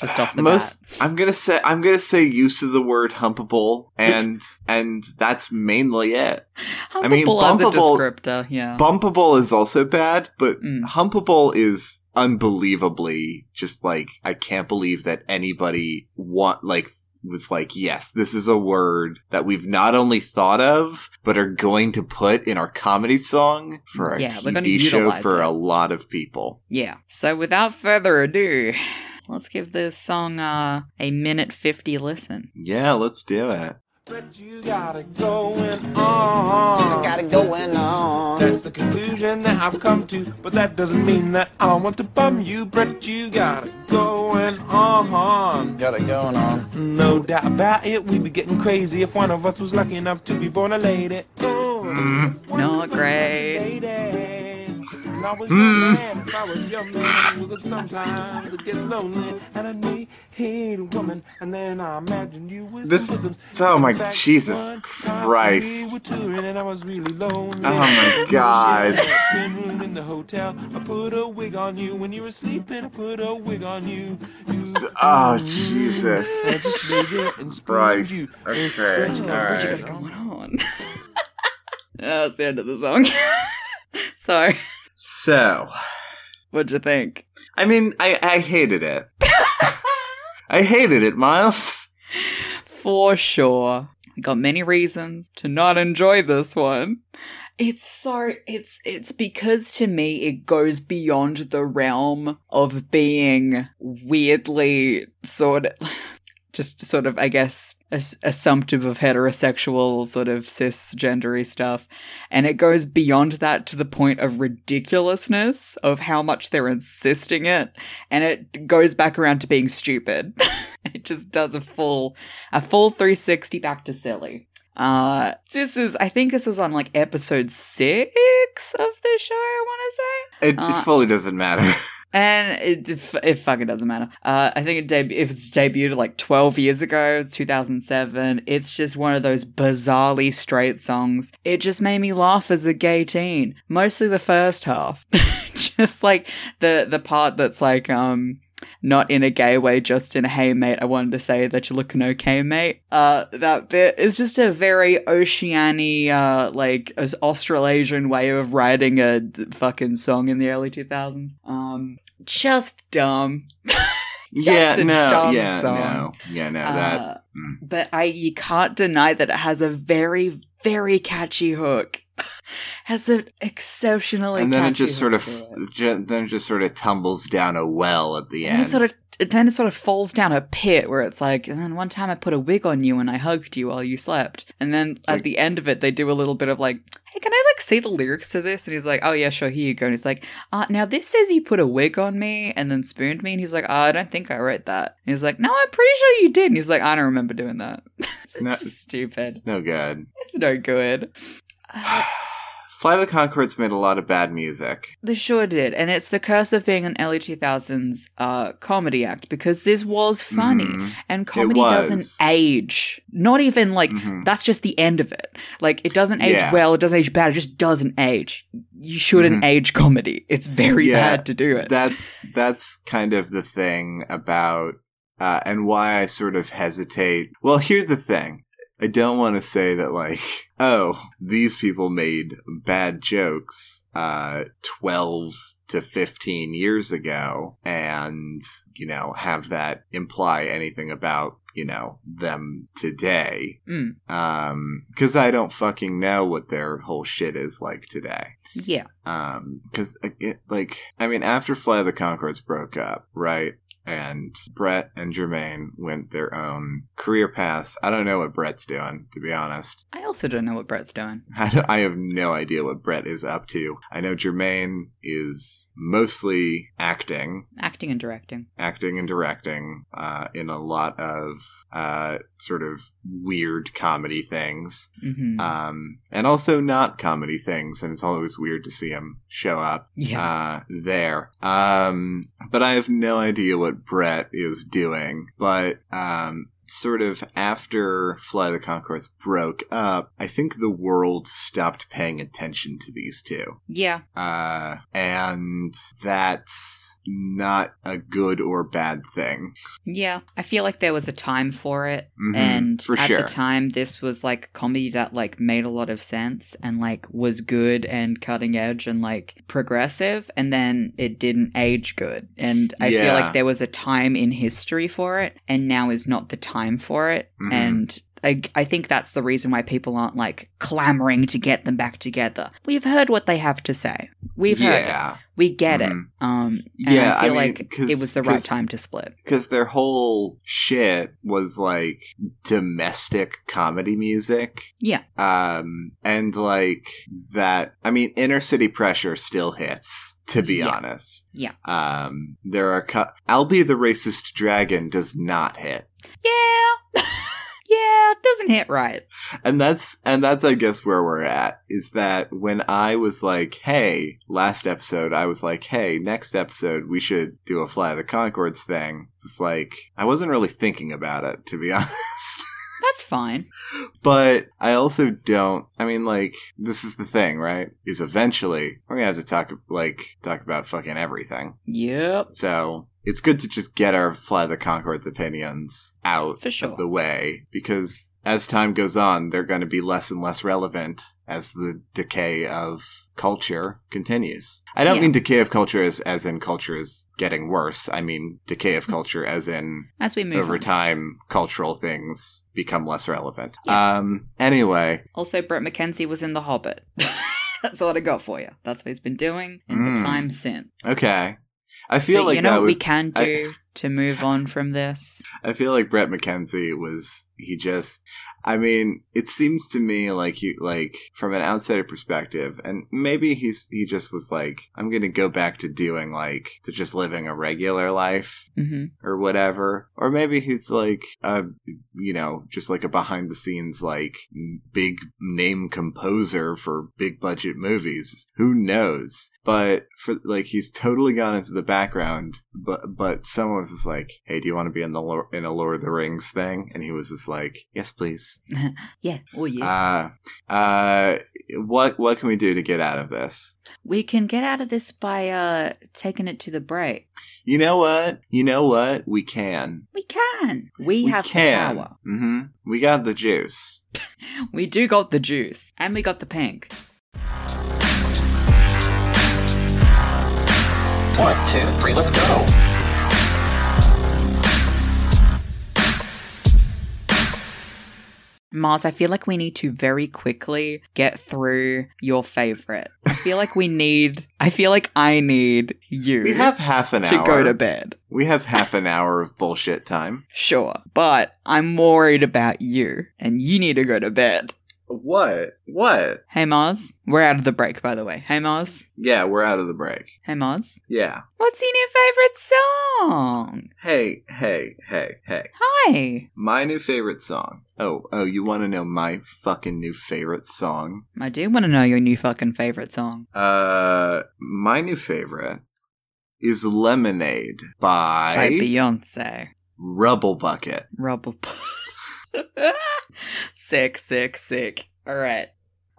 [SPEAKER 1] Just off the
[SPEAKER 2] Most-
[SPEAKER 1] bat.
[SPEAKER 2] I'm going to say I'm going to say use of the word humpable and and that's mainly it. I mean,
[SPEAKER 1] Humpable as a
[SPEAKER 2] bumpable-
[SPEAKER 1] descriptor, yeah.
[SPEAKER 2] Bumpable is also bad, but
[SPEAKER 1] Uh-huh. Mm.
[SPEAKER 2] humpable is unbelievably just like I can't believe that anybody want like was like, yes, this is a word that we've not only thought of, but are going to put in our comedy song for our
[SPEAKER 1] Yeah, we're gonna
[SPEAKER 2] TV show
[SPEAKER 1] utilize
[SPEAKER 2] for
[SPEAKER 1] it.
[SPEAKER 2] a lot of people.
[SPEAKER 1] yeah. So without further ado, let's give this song uh, a minute 50 listen.
[SPEAKER 2] Yeah, let's do it.
[SPEAKER 4] But you got it going on.
[SPEAKER 5] got it going on.
[SPEAKER 4] Uh-huh. That's the conclusion that I've come to, but that doesn't mean that I want to bum you, Brett. You got it going on.
[SPEAKER 5] Got it going on.
[SPEAKER 4] Uh-huh. No doubt about it, we'd be getting crazy if one of us was lucky enough to be born a lady. Ooh.
[SPEAKER 1] Not great.
[SPEAKER 4] Lady. And I was your man, if I was your man, because sometimes it gets lonely, and I need a woman, and then I imagine you with
[SPEAKER 2] This-
[SPEAKER 4] some bosoms.
[SPEAKER 2] oh my
[SPEAKER 4] In fact,
[SPEAKER 2] Jesus
[SPEAKER 4] one time
[SPEAKER 2] Christ.
[SPEAKER 4] We were touring, and I was really lonely.
[SPEAKER 2] Oh my God. Oh,
[SPEAKER 4] Twin room in the hotel. I put a wig on you when you were sleeping. I put a wig on you. you
[SPEAKER 2] Oh, Jesus.
[SPEAKER 4] I just laid there and spooned you.
[SPEAKER 2] Christ. Okay.
[SPEAKER 4] French
[SPEAKER 2] All
[SPEAKER 4] language.
[SPEAKER 2] right.
[SPEAKER 1] Going on. that's the end of the song. so,
[SPEAKER 2] So,
[SPEAKER 1] what'd you think?
[SPEAKER 2] I mean, I, I hated it. I hated it, Miles.
[SPEAKER 1] For sure. I got many reasons to not enjoy this one. It's so it's it's because to me it goes beyond the realm of being weirdly sort of just sort of I guess as- assumptive of heterosexual sort of cisgendery stuff and it goes beyond that to the point of ridiculousness of how much they're insisting it and it goes back around to being stupid. it just does a full a full 360 back to silly. Uh, this is, I think this was on like episode six of the show, I want to say.
[SPEAKER 2] It,
[SPEAKER 1] Uh,
[SPEAKER 2] it fully doesn't matter.
[SPEAKER 1] And it, it, f- it fucking doesn't matter. Uh, I think it, deb- it was debuted like 12 years ago, 2007. It's just one of those bizarrely straight songs. It just made me laugh as a gay teen, mostly the first half. just like the, the part that's like, um, not in a gay way, just in a hey mate, I wanted to say that you're looking okay, mate. Uh, that bit is just a very Oceania, uh, like as Australasian way of writing a d- fucking song in the early 2000s. Um, just dumb.
[SPEAKER 2] yeah,
[SPEAKER 1] a
[SPEAKER 2] no,
[SPEAKER 1] dumb
[SPEAKER 2] yeah,
[SPEAKER 1] song.
[SPEAKER 2] no, yeah, no. that
[SPEAKER 1] Uh,
[SPEAKER 2] mm.
[SPEAKER 1] but I, you can't deny that it has a very, very catchy hook. has an exceptionally
[SPEAKER 2] and then it
[SPEAKER 1] catchy
[SPEAKER 2] just sort
[SPEAKER 1] hook
[SPEAKER 2] of
[SPEAKER 1] to it.
[SPEAKER 2] ju- then it just sort of tumbles down a well at the
[SPEAKER 1] And
[SPEAKER 2] end.
[SPEAKER 1] it sort of then it sort of falls down a pit where it's like, and then one time I put a wig on you and I hugged you while you slept. And then at
[SPEAKER 2] like-
[SPEAKER 1] the end of it, they do a little bit of like, hey, can I like see the lyrics to this? And he's like, oh yeah, sure, here you go. And he's like, uh, now this says you put a wig on me and then spooned me. And he's like, oh, I don't think I wrote that. And he's like, no, I'm pretty sure you did. And he's like, I don't remember doing that. it's
[SPEAKER 2] not-
[SPEAKER 1] just stupid.
[SPEAKER 2] it's no good.
[SPEAKER 1] It's no good. Uh,
[SPEAKER 2] Flight of the Concords made a lot of bad music.
[SPEAKER 1] They sure did. And it's the curse of being an early 2000s uh, comedy act because this was funny.
[SPEAKER 2] Mhm.
[SPEAKER 1] And comedy
[SPEAKER 2] was.
[SPEAKER 1] doesn't age. Not even like
[SPEAKER 2] Mhm.
[SPEAKER 1] that's just the end of it. Like it doesn't age
[SPEAKER 2] Yeah.
[SPEAKER 1] well, it doesn't age bad, it just doesn't age. You shouldn't
[SPEAKER 2] Mhm.
[SPEAKER 1] age comedy. It's very
[SPEAKER 2] Yeah,
[SPEAKER 1] bad to do it.
[SPEAKER 2] That's that's kind of the thing about uh, and why I sort of hesitate. Well, here's the thing. I don't want to say that like, oh, these people made bad jokes uh 12 to 15 years ago and, you know, have that imply anything about, you know, them today.
[SPEAKER 1] Mm.
[SPEAKER 2] Um cuz I don't fucking know what their whole shit is like today
[SPEAKER 1] yeah.
[SPEAKER 2] um because it like i mean after fly of the concords broke up right and brett and jermaine went their own career paths i don't know what brett's doing to be honest
[SPEAKER 1] I also don't know what Brett's doing.
[SPEAKER 2] I, don't- I have no idea what brett is up to i know jermaine is mostly acting
[SPEAKER 1] Acting and directing.
[SPEAKER 2] acting and directing uh, in a lot of uh, sort of weird comedy things
[SPEAKER 1] hmm
[SPEAKER 2] um, and also not comedy things, and it's always weird to see him show up
[SPEAKER 1] Yeah.
[SPEAKER 2] uh, there. Um, but I have no idea what Brett is doing, but um, sort of after Fly the Concords broke up, I think the world stopped paying attention to these two.
[SPEAKER 1] yeah.
[SPEAKER 2] Uh, and that's not a good or bad thing.
[SPEAKER 1] Yeah. I feel like there was a time for it.
[SPEAKER 2] Mhm,
[SPEAKER 1] and
[SPEAKER 2] for
[SPEAKER 1] at
[SPEAKER 2] sure.
[SPEAKER 1] the time this was like comedy that like made a lot of sense and like was good and cutting edge and like progressive and then it didn't age good and i feel
[SPEAKER 2] Yeah.
[SPEAKER 1] like there was a time in history for it and now is not the time for it
[SPEAKER 2] Mhm.
[SPEAKER 1] and I, I think that's the reason why people aren't like clamoring to get them back together. We've heard what they have to say. We've heard it.
[SPEAKER 2] yeah.
[SPEAKER 1] We get it.
[SPEAKER 2] Mhm.
[SPEAKER 1] Um, and
[SPEAKER 2] Yeah,
[SPEAKER 1] I
[SPEAKER 2] I
[SPEAKER 1] feel
[SPEAKER 2] mean,
[SPEAKER 1] like
[SPEAKER 2] 'cause-
[SPEAKER 1] it was the right
[SPEAKER 2] 'cause-
[SPEAKER 1] time to split.
[SPEAKER 2] because their whole shit was like domestic comedy music.
[SPEAKER 1] Yeah.
[SPEAKER 2] Um, and like that, I mean, inner city pressure still hits, to be
[SPEAKER 1] Yeah.
[SPEAKER 2] honest.
[SPEAKER 1] Yeah.
[SPEAKER 2] Um, there are, co- I'll be the racist dragon does not hit.
[SPEAKER 1] Yeah. yeah. yeah, it doesn't hit right.
[SPEAKER 2] and that's and that's i guess where we're at is that when i was like hey last episode i was like hey next episode we should do a fly of the concords thing it's like i wasn't really thinking about it to be honest
[SPEAKER 1] That's fine.
[SPEAKER 2] but i also don't i mean like this is the thing right is eventually we're gonna have to talk like talk about fucking everything
[SPEAKER 1] Yep.
[SPEAKER 2] so it's good to just get our fly of the concords opinions out
[SPEAKER 1] For sure.
[SPEAKER 2] of the way because as time goes on, they're going to be less and less relevant as the decay of culture continues. I don't
[SPEAKER 1] Yeah.
[SPEAKER 2] mean decay of culture as, as in culture is getting worse. I mean decay
[SPEAKER 1] Mm-hmm.
[SPEAKER 2] of culture as in
[SPEAKER 1] As we move
[SPEAKER 2] over
[SPEAKER 1] on.
[SPEAKER 2] time cultural things become less relevant.
[SPEAKER 1] Yeah.
[SPEAKER 2] Um anyway,
[SPEAKER 1] Also, Brett McKenzie was in The Hobbit. That's what I got for you. That's what he's been doing in the
[SPEAKER 2] Mm.
[SPEAKER 1] time since.
[SPEAKER 2] okay. I feel
[SPEAKER 1] But
[SPEAKER 2] like
[SPEAKER 1] you know
[SPEAKER 2] that
[SPEAKER 1] what
[SPEAKER 2] was
[SPEAKER 1] we can
[SPEAKER 2] I-
[SPEAKER 1] do to move on from this?
[SPEAKER 2] I feel like Brett McKenzie was he just I mean, it seems to me like he like from an outsider perspective, and maybe he's he just was like, I'm gonna go back to doing like to just living a regular life
[SPEAKER 1] hmm
[SPEAKER 2] or whatever. Or maybe he's like a you know, just like a behind the scenes like m- big name composer for big budget movies. Who knows? But for like he's totally gone into the background, but but someone was just like, "Hey, do you want to be in the Lor- in a Lord of the Rings thing?" And he was just like, "Yes, please."
[SPEAKER 1] Yeah. Oh, yeah.
[SPEAKER 2] Uh uh what what can we do to get out of this?
[SPEAKER 1] we can get out of this by uh taking it to the break.
[SPEAKER 2] You know what? You know what? We can.
[SPEAKER 1] We can. We, have the power.
[SPEAKER 2] hmm We got the juice.
[SPEAKER 1] We do got the juice. And we got the pink.
[SPEAKER 5] One, two, three, let's go.
[SPEAKER 1] Mars, I feel like we need to very quickly get through your favorite. I feel like we need, I feel like I need you
[SPEAKER 2] We have half an
[SPEAKER 1] to
[SPEAKER 2] hour
[SPEAKER 1] go to bed.
[SPEAKER 2] We have half an hour of bullshit time.
[SPEAKER 1] Sure, but I'm worried about you, and you need to go to bed.
[SPEAKER 2] What? What?
[SPEAKER 1] Hey Mars, we're out of the break, by the way. Hey Mars,
[SPEAKER 2] Yeah, we're out of the break.
[SPEAKER 1] hey Mars,
[SPEAKER 2] Yeah.
[SPEAKER 1] what's your new favorite song?
[SPEAKER 2] Hey, hey, hey, hey.
[SPEAKER 1] Hi,
[SPEAKER 2] My new favorite song. Oh, oh, you want to know my fucking new favorite song?
[SPEAKER 1] I do want to know your new fucking favorite song.
[SPEAKER 2] Uh, my new favorite is Lemonade by,
[SPEAKER 1] By Beyonce,
[SPEAKER 2] Rubble Bucket.
[SPEAKER 1] Rubble. sick, sick, sick. All right,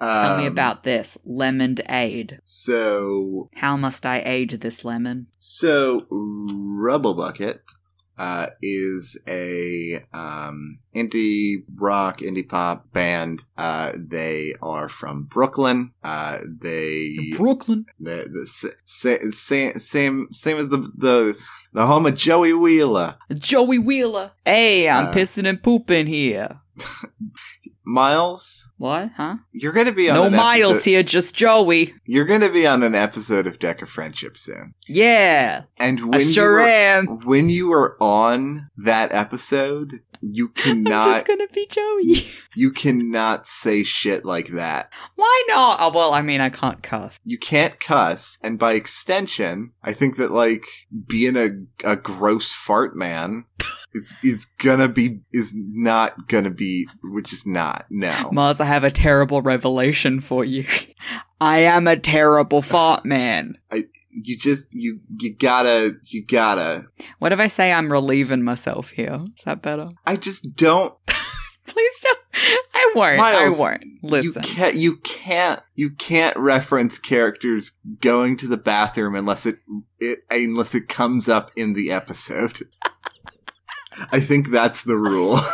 [SPEAKER 1] tell me
[SPEAKER 2] Um,
[SPEAKER 1] about this lemon aid.
[SPEAKER 2] So
[SPEAKER 1] How must I age this lemon?
[SPEAKER 2] So, Rubble Bucket uh, is a um, indie rock, indie pop band. Uh, they are from Brooklyn. Uh, they
[SPEAKER 1] Brooklyn.
[SPEAKER 2] the, the sa- sa- same same same as the the the home of Joey Wheeler.
[SPEAKER 1] Joey Wheeler. Hey, I'm
[SPEAKER 2] Uh,
[SPEAKER 1] pissing and pooping here.
[SPEAKER 2] Miles,
[SPEAKER 1] What? Huh?
[SPEAKER 2] you're gonna be on
[SPEAKER 1] No
[SPEAKER 2] an
[SPEAKER 1] Miles
[SPEAKER 2] episode-
[SPEAKER 1] here, just Joey.
[SPEAKER 2] You're gonna be on an episode of Deck of Friendship soon.
[SPEAKER 1] Yeah,
[SPEAKER 2] And when
[SPEAKER 1] I sure
[SPEAKER 2] you were,
[SPEAKER 1] am.
[SPEAKER 2] when you were on that episode, you
[SPEAKER 1] I'm
[SPEAKER 2] cannot
[SPEAKER 1] just gonna be Joey.
[SPEAKER 2] You cannot say shit like that.
[SPEAKER 1] Why not? Oh, well, I mean, I can't cuss.
[SPEAKER 2] You can't cuss, and by extension, I think that like being a a gross fart man is is gonna be is not gonna be which is not no.
[SPEAKER 1] Mars, I have a terrible revelation for you. I am a terrible fart man.
[SPEAKER 2] you just you you gotta you gotta.
[SPEAKER 1] What if I say I'm relieving myself here? Is that better?
[SPEAKER 2] I just don't.
[SPEAKER 1] Please don't. I won't.
[SPEAKER 2] Miles,
[SPEAKER 1] I won't. Listen.
[SPEAKER 2] You can't. You can't. You can't reference characters going to the bathroom unless it, it unless it comes up in the episode. I think that's the rule.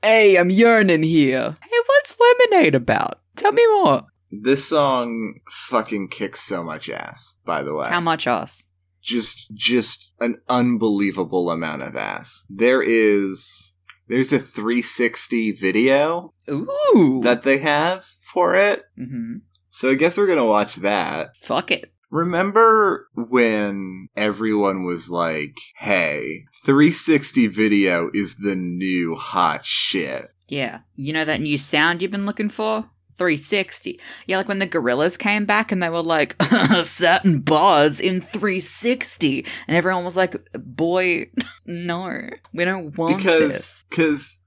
[SPEAKER 1] hey, I'm yearning here. Hey, what's lemonade about? Tell me more.
[SPEAKER 2] This song fucking kicks so much ass, by the way.
[SPEAKER 1] How much us?
[SPEAKER 2] Just just an unbelievable amount of ass. There is there's a 360 video
[SPEAKER 1] Ooh.
[SPEAKER 2] that they have for it.
[SPEAKER 1] hmm
[SPEAKER 2] So I guess we're going to watch that.
[SPEAKER 1] Fuck it.
[SPEAKER 2] Remember when everyone was like, "Hey, 360 video is the new hot shit."
[SPEAKER 1] Yeah. You know that new sound you've been looking for? 360. Yeah, like when the gorillas came back and they were like, satin bars in 360. And everyone was like, boy, No, we don't want
[SPEAKER 2] because
[SPEAKER 1] this.
[SPEAKER 2] because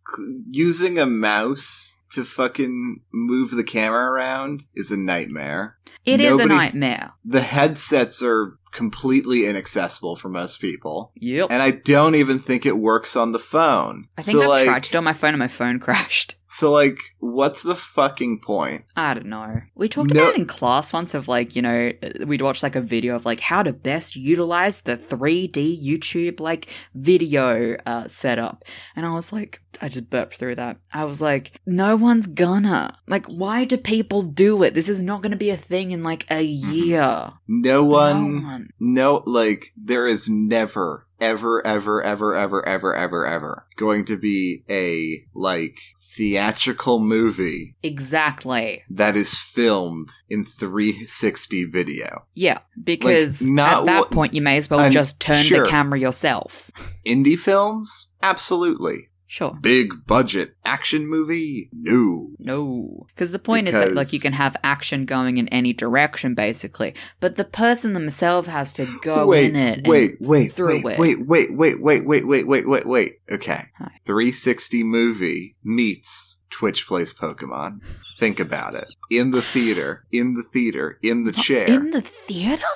[SPEAKER 2] using a mouse to fucking move the camera around is a nightmare.
[SPEAKER 1] It is
[SPEAKER 2] nobody-
[SPEAKER 1] a nightmare.
[SPEAKER 2] The headsets are completely inaccessible for most people,
[SPEAKER 1] Yep.
[SPEAKER 2] and I don't even think it works on the phone.
[SPEAKER 1] I think
[SPEAKER 2] so
[SPEAKER 1] I've
[SPEAKER 2] like,
[SPEAKER 1] tried to do it on my phone and my phone crashed.
[SPEAKER 2] so like, what's the fucking point?
[SPEAKER 1] I don't know. We talked
[SPEAKER 2] No-
[SPEAKER 1] about in class once of like, you know, we'd watch like a video of like how to best utilize the 3D YouTube like video uh, setup. And I was like, I just burped through that. I was like, no one's gonna. Like, why do people do it? This is not gonna be a thing in like a year.
[SPEAKER 2] No Mm-hmm. one.
[SPEAKER 1] No one.
[SPEAKER 2] No, like, there is never, ever, ever, ever, ever, ever, ever, ever going to be a, like, theatrical movie
[SPEAKER 1] Exactly.
[SPEAKER 2] that is filmed in 360 video.
[SPEAKER 1] Yeah. Because
[SPEAKER 2] not
[SPEAKER 1] at that
[SPEAKER 2] what-
[SPEAKER 1] point, you may as well
[SPEAKER 2] I'm
[SPEAKER 1] just turn
[SPEAKER 2] sure.
[SPEAKER 1] the camera yourself.
[SPEAKER 2] Indie films? Absolutely.
[SPEAKER 1] Sure.
[SPEAKER 2] Big budget action movie? No.
[SPEAKER 1] No. Because the point is that, like, you
[SPEAKER 2] Because-
[SPEAKER 1] can have action going in any direction, basically. But the person themselves has to go
[SPEAKER 2] wait,
[SPEAKER 1] in it.
[SPEAKER 2] wait,
[SPEAKER 1] and
[SPEAKER 2] wait,
[SPEAKER 1] through
[SPEAKER 2] wait,
[SPEAKER 1] it.
[SPEAKER 2] wait, wait, wait, wait, wait, wait, wait, wait, wait. Okay.
[SPEAKER 1] Hi.
[SPEAKER 2] 360 movie meets Twitch plays Pokemon. Think about it. In the theater, in the theater, in the chair,
[SPEAKER 1] Oh, In the theater?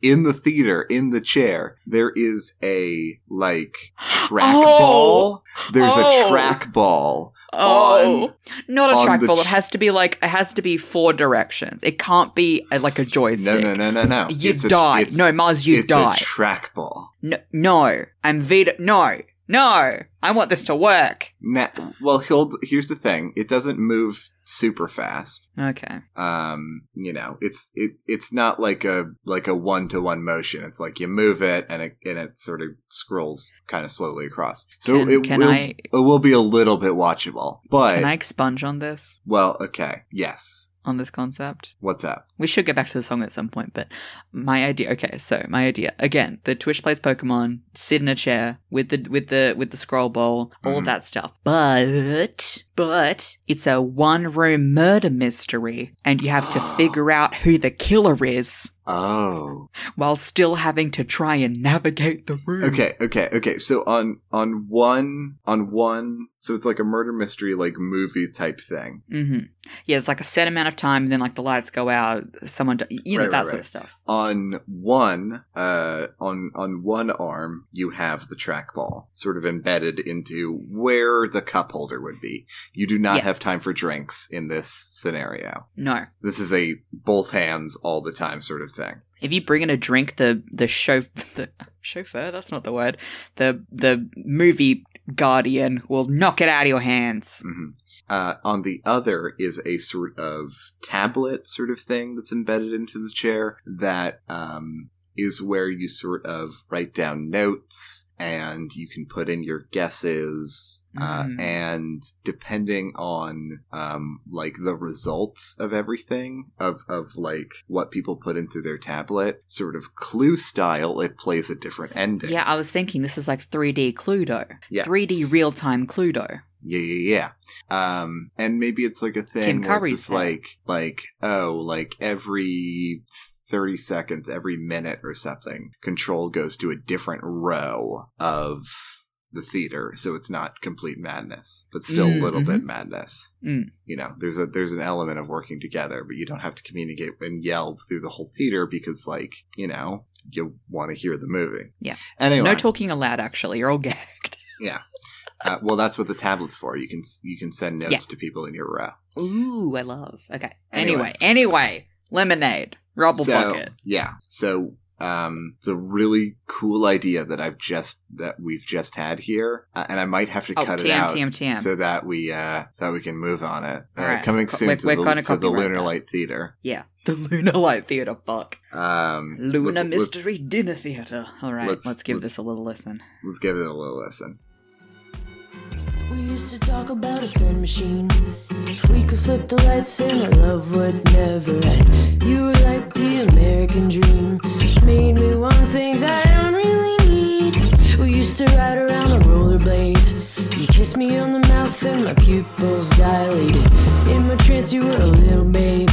[SPEAKER 2] in the theater, in the chair, there is a, like, trackball.
[SPEAKER 1] Oh.
[SPEAKER 2] There's
[SPEAKER 1] Oh.
[SPEAKER 2] a trackball.
[SPEAKER 1] Oh, not a
[SPEAKER 2] on the
[SPEAKER 1] trackball.
[SPEAKER 2] ch-
[SPEAKER 1] it has to be like it has to be four directions. It can't be uh, like a
[SPEAKER 2] No,
[SPEAKER 1] joystick.
[SPEAKER 2] no, no, no, no.
[SPEAKER 1] You
[SPEAKER 2] It's a-
[SPEAKER 1] die.
[SPEAKER 2] it's-
[SPEAKER 1] no, Mars, you
[SPEAKER 2] it's
[SPEAKER 1] die.
[SPEAKER 2] a trackball.
[SPEAKER 1] no, no, I'm Vita. No, no, I want this to work.
[SPEAKER 2] Na- well, he'll, here's the thing. It doesn't move super fast.
[SPEAKER 1] Okay.
[SPEAKER 2] um you know it's it it's not like a like a one to one motion it's like you move it and it and it sort of scrolls kind of slowly across so
[SPEAKER 1] Can-
[SPEAKER 2] it
[SPEAKER 1] can
[SPEAKER 2] will
[SPEAKER 1] I-
[SPEAKER 2] it will be a little bit watchable but
[SPEAKER 1] Can I expunge on this?
[SPEAKER 2] well okay yes
[SPEAKER 1] On this concept?
[SPEAKER 2] what's up
[SPEAKER 1] We should get back to the song at some point, but my idea. Okay, so my idea again: the Twitch plays Pokemon, sit in a chair with the with the with the scroll bowl, all
[SPEAKER 2] Mhm.
[SPEAKER 1] of that stuff. But but it's a one room murder mystery, and you have to figure out who the killer is
[SPEAKER 2] oh
[SPEAKER 1] while still having to try and navigate the room.
[SPEAKER 2] okay okay okay so on on one on one so it's like a murder mystery like movie type thing
[SPEAKER 1] hmm Yeah, it's like a set amount of time, and then like the lights go out. Someone, do- you know,
[SPEAKER 2] Right,
[SPEAKER 1] that
[SPEAKER 2] right,
[SPEAKER 1] sort
[SPEAKER 2] right.
[SPEAKER 1] of stuff.
[SPEAKER 2] on one uh on on one arm you have the trackball sort of embedded into where the cup holder would be you do not
[SPEAKER 1] Yeah.
[SPEAKER 2] have time for drinks in this scenario
[SPEAKER 1] No,
[SPEAKER 2] this is a both hands all the time sort of thing
[SPEAKER 1] If you bring in a drink, the the show the chauffeur that's not the word the the movie guardian will knock it out of your hands.
[SPEAKER 2] hmm uh, on the other is a sort of tablet sort of thing that's embedded into the chair that um is where you sort of write down notes and you can put in your guesses uh,
[SPEAKER 1] Mm.
[SPEAKER 2] and depending on um, like the results of everything of, of like what people put into their tablet sort of clue style it plays a different ending
[SPEAKER 1] Yeah, I was thinking this is like 3D Cluedo.
[SPEAKER 2] Yeah.
[SPEAKER 1] 3D real time Cluedo.
[SPEAKER 2] Yeah, yeah, yeah. Um, and maybe it's like a thing
[SPEAKER 1] Tim
[SPEAKER 2] where it's
[SPEAKER 1] Curry's
[SPEAKER 2] just
[SPEAKER 1] thing.
[SPEAKER 2] like, like, oh, like every thirty seconds, every minute or something, control goes to a different row of the theater, so it's not complete madness, but still a
[SPEAKER 1] Mm,
[SPEAKER 2] little bit madness.
[SPEAKER 1] Mm.
[SPEAKER 2] You know, there's a there's an element of working together, but you don't have to communicate and yell through the whole theater because, like, you know, you want to hear the movie.
[SPEAKER 1] Yeah.
[SPEAKER 2] Anyway,
[SPEAKER 1] No talking aloud actually. You're all gagged.
[SPEAKER 2] uh, well, that's what the tablet's for. You can you can send notes
[SPEAKER 1] Yeah.
[SPEAKER 2] to people in your row.
[SPEAKER 1] Ooh, I love. Okay.
[SPEAKER 2] Anyway.
[SPEAKER 1] Anyway, anyway, lemonade, rubble
[SPEAKER 2] so,
[SPEAKER 1] bucket.
[SPEAKER 2] Yeah. So um the really cool idea that I've just that we've just had here uh, and I might have to
[SPEAKER 1] Oh,
[SPEAKER 2] cut
[SPEAKER 1] TM,
[SPEAKER 2] it out
[SPEAKER 1] TM, TM.
[SPEAKER 2] so that we uh so that we can move on it. Uh,
[SPEAKER 1] All right.
[SPEAKER 2] coming
[SPEAKER 1] Co-
[SPEAKER 2] soon
[SPEAKER 1] we're-
[SPEAKER 2] to,
[SPEAKER 1] we're
[SPEAKER 2] the,
[SPEAKER 1] gonna
[SPEAKER 2] to the
[SPEAKER 1] copyright
[SPEAKER 2] Lunar
[SPEAKER 1] that.
[SPEAKER 2] Light Theater.
[SPEAKER 1] yeah, the Lunar Light Theater. Fuck,
[SPEAKER 2] Um
[SPEAKER 1] Lunar
[SPEAKER 2] let's- let's-
[SPEAKER 1] Mystery Dinner Theater. All right,
[SPEAKER 2] let's-
[SPEAKER 1] let's, give
[SPEAKER 2] let's-
[SPEAKER 1] this a little listen.
[SPEAKER 2] let's give it a little listen.
[SPEAKER 6] We used to talk about a sun machine. If we could flip the lights in, our love would never end. You were like the American dream. Made me want things I don't really need. We used to ride around on rollerblades. You kissed me on the mouth and my pupils dilated. In my trance, you were a little babe.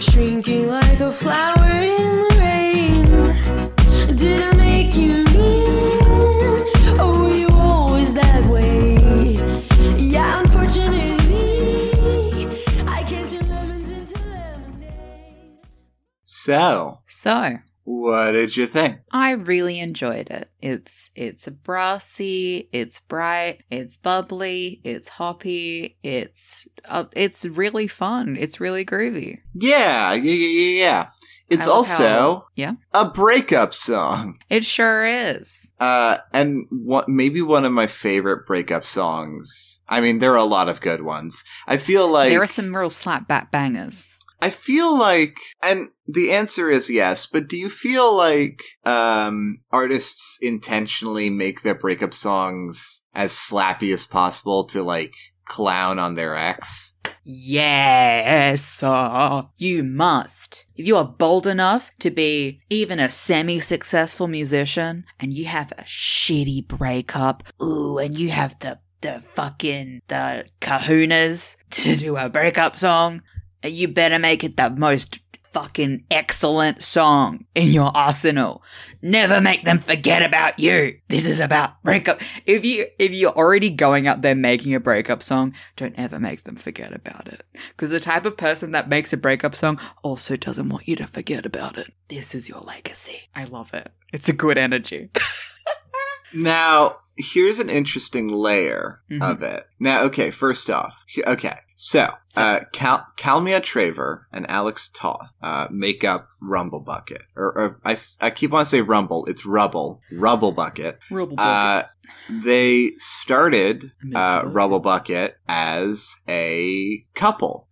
[SPEAKER 6] Shrinking like a flower in the rain. Did I make you mean? Oh, you
[SPEAKER 2] So,
[SPEAKER 1] So,
[SPEAKER 2] what did you think?
[SPEAKER 1] I really enjoyed it. It's it's brassy, it's bright, it's bubbly, it's hoppy, it's uh, it's really fun. It's really groovy.
[SPEAKER 2] Yeah, yeah, yeah, yeah, yeah. It's
[SPEAKER 1] I love
[SPEAKER 2] also
[SPEAKER 1] how- yeah.
[SPEAKER 2] a breakup song.
[SPEAKER 1] It sure is.
[SPEAKER 2] Uh, and what maybe one of my favorite breakup songs. I mean, there are a lot of good ones. I feel like
[SPEAKER 1] there are some real slap back bangers.
[SPEAKER 2] I feel like, and the answer is yes, but do you feel like um, artists intentionally make their breakup songs as slappy as possible to like clown on their ex?
[SPEAKER 1] Yes, sir. You must. If you are bold enough to be even a semi successful musician and you have a shitty breakup, ooh, and you have the, the fucking, the kahunas to do a breakup song, you better make it the most fucking excellent song in your arsenal. Never make them forget about you. This is about breakup. If you if you're already going out there making a breakup song, don't ever make them forget about it. Because the type of person that makes a breakup song also doesn't want you to forget about it. This is your legacy. I love it. It's a good energy.
[SPEAKER 2] Now, here's an interesting layer
[SPEAKER 1] Mhm.
[SPEAKER 2] of it. Now, okay, first off, he- okay, so uh, Cal- Calmia Traver and Alex Toth uh, make up Rumble Bucket, or, or I, s- I keep on saying Rumble, it's Rubble, Rubble Bucket.
[SPEAKER 1] Rubble
[SPEAKER 2] Uh, they started
[SPEAKER 1] Amazing.
[SPEAKER 2] uh, Rubble Bucket as a couple.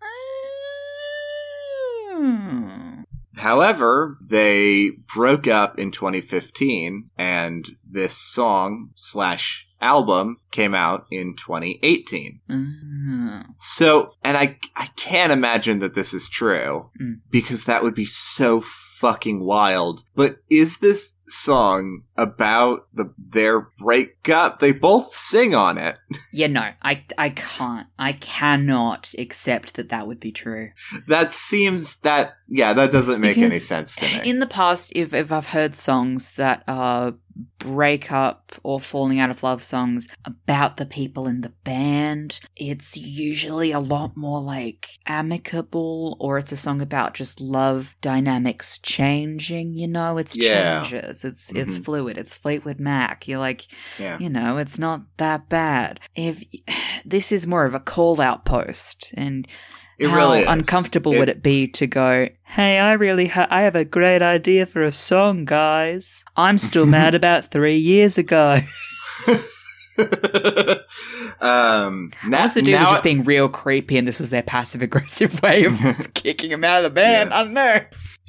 [SPEAKER 1] Mm.
[SPEAKER 2] However, they broke up in 2015, and this song slash album came out in 2018.
[SPEAKER 1] Mm.
[SPEAKER 2] So, and I I can't imagine that this is true
[SPEAKER 1] Mm.
[SPEAKER 2] because that would be so fucking wild. But is this song about the their breakup? They both sing on it.
[SPEAKER 1] Yeah, no, I, I can't. I cannot accept that that would be true.
[SPEAKER 2] That seems that yeah, that doesn't make any
[SPEAKER 1] Because
[SPEAKER 2] sense to me.
[SPEAKER 1] In the past, if, if I've heard songs that are breakup or falling out of love songs about the people in the band, it's usually a lot more like amicable or it's a song about just love dynamics changing, you know, it's
[SPEAKER 2] Yeah.
[SPEAKER 1] changes. It's it's
[SPEAKER 2] Mhm.
[SPEAKER 1] fluid. It's Fleetwood Mac. You're like,
[SPEAKER 2] yeah.
[SPEAKER 1] you know, it's not that bad. If this is more of a call out post and
[SPEAKER 2] It
[SPEAKER 1] how
[SPEAKER 2] really is.
[SPEAKER 1] uncomfortable would it be to go, hey, I really ha- I have a great idea for a song, guys. I'm still mad about three years ago.
[SPEAKER 2] um na-
[SPEAKER 1] Unless the dude was
[SPEAKER 2] now
[SPEAKER 1] just
[SPEAKER 2] I-
[SPEAKER 1] being real creepy and this was their passive aggressive way of kicking him out of the band.
[SPEAKER 2] Yeah.
[SPEAKER 1] I don't know.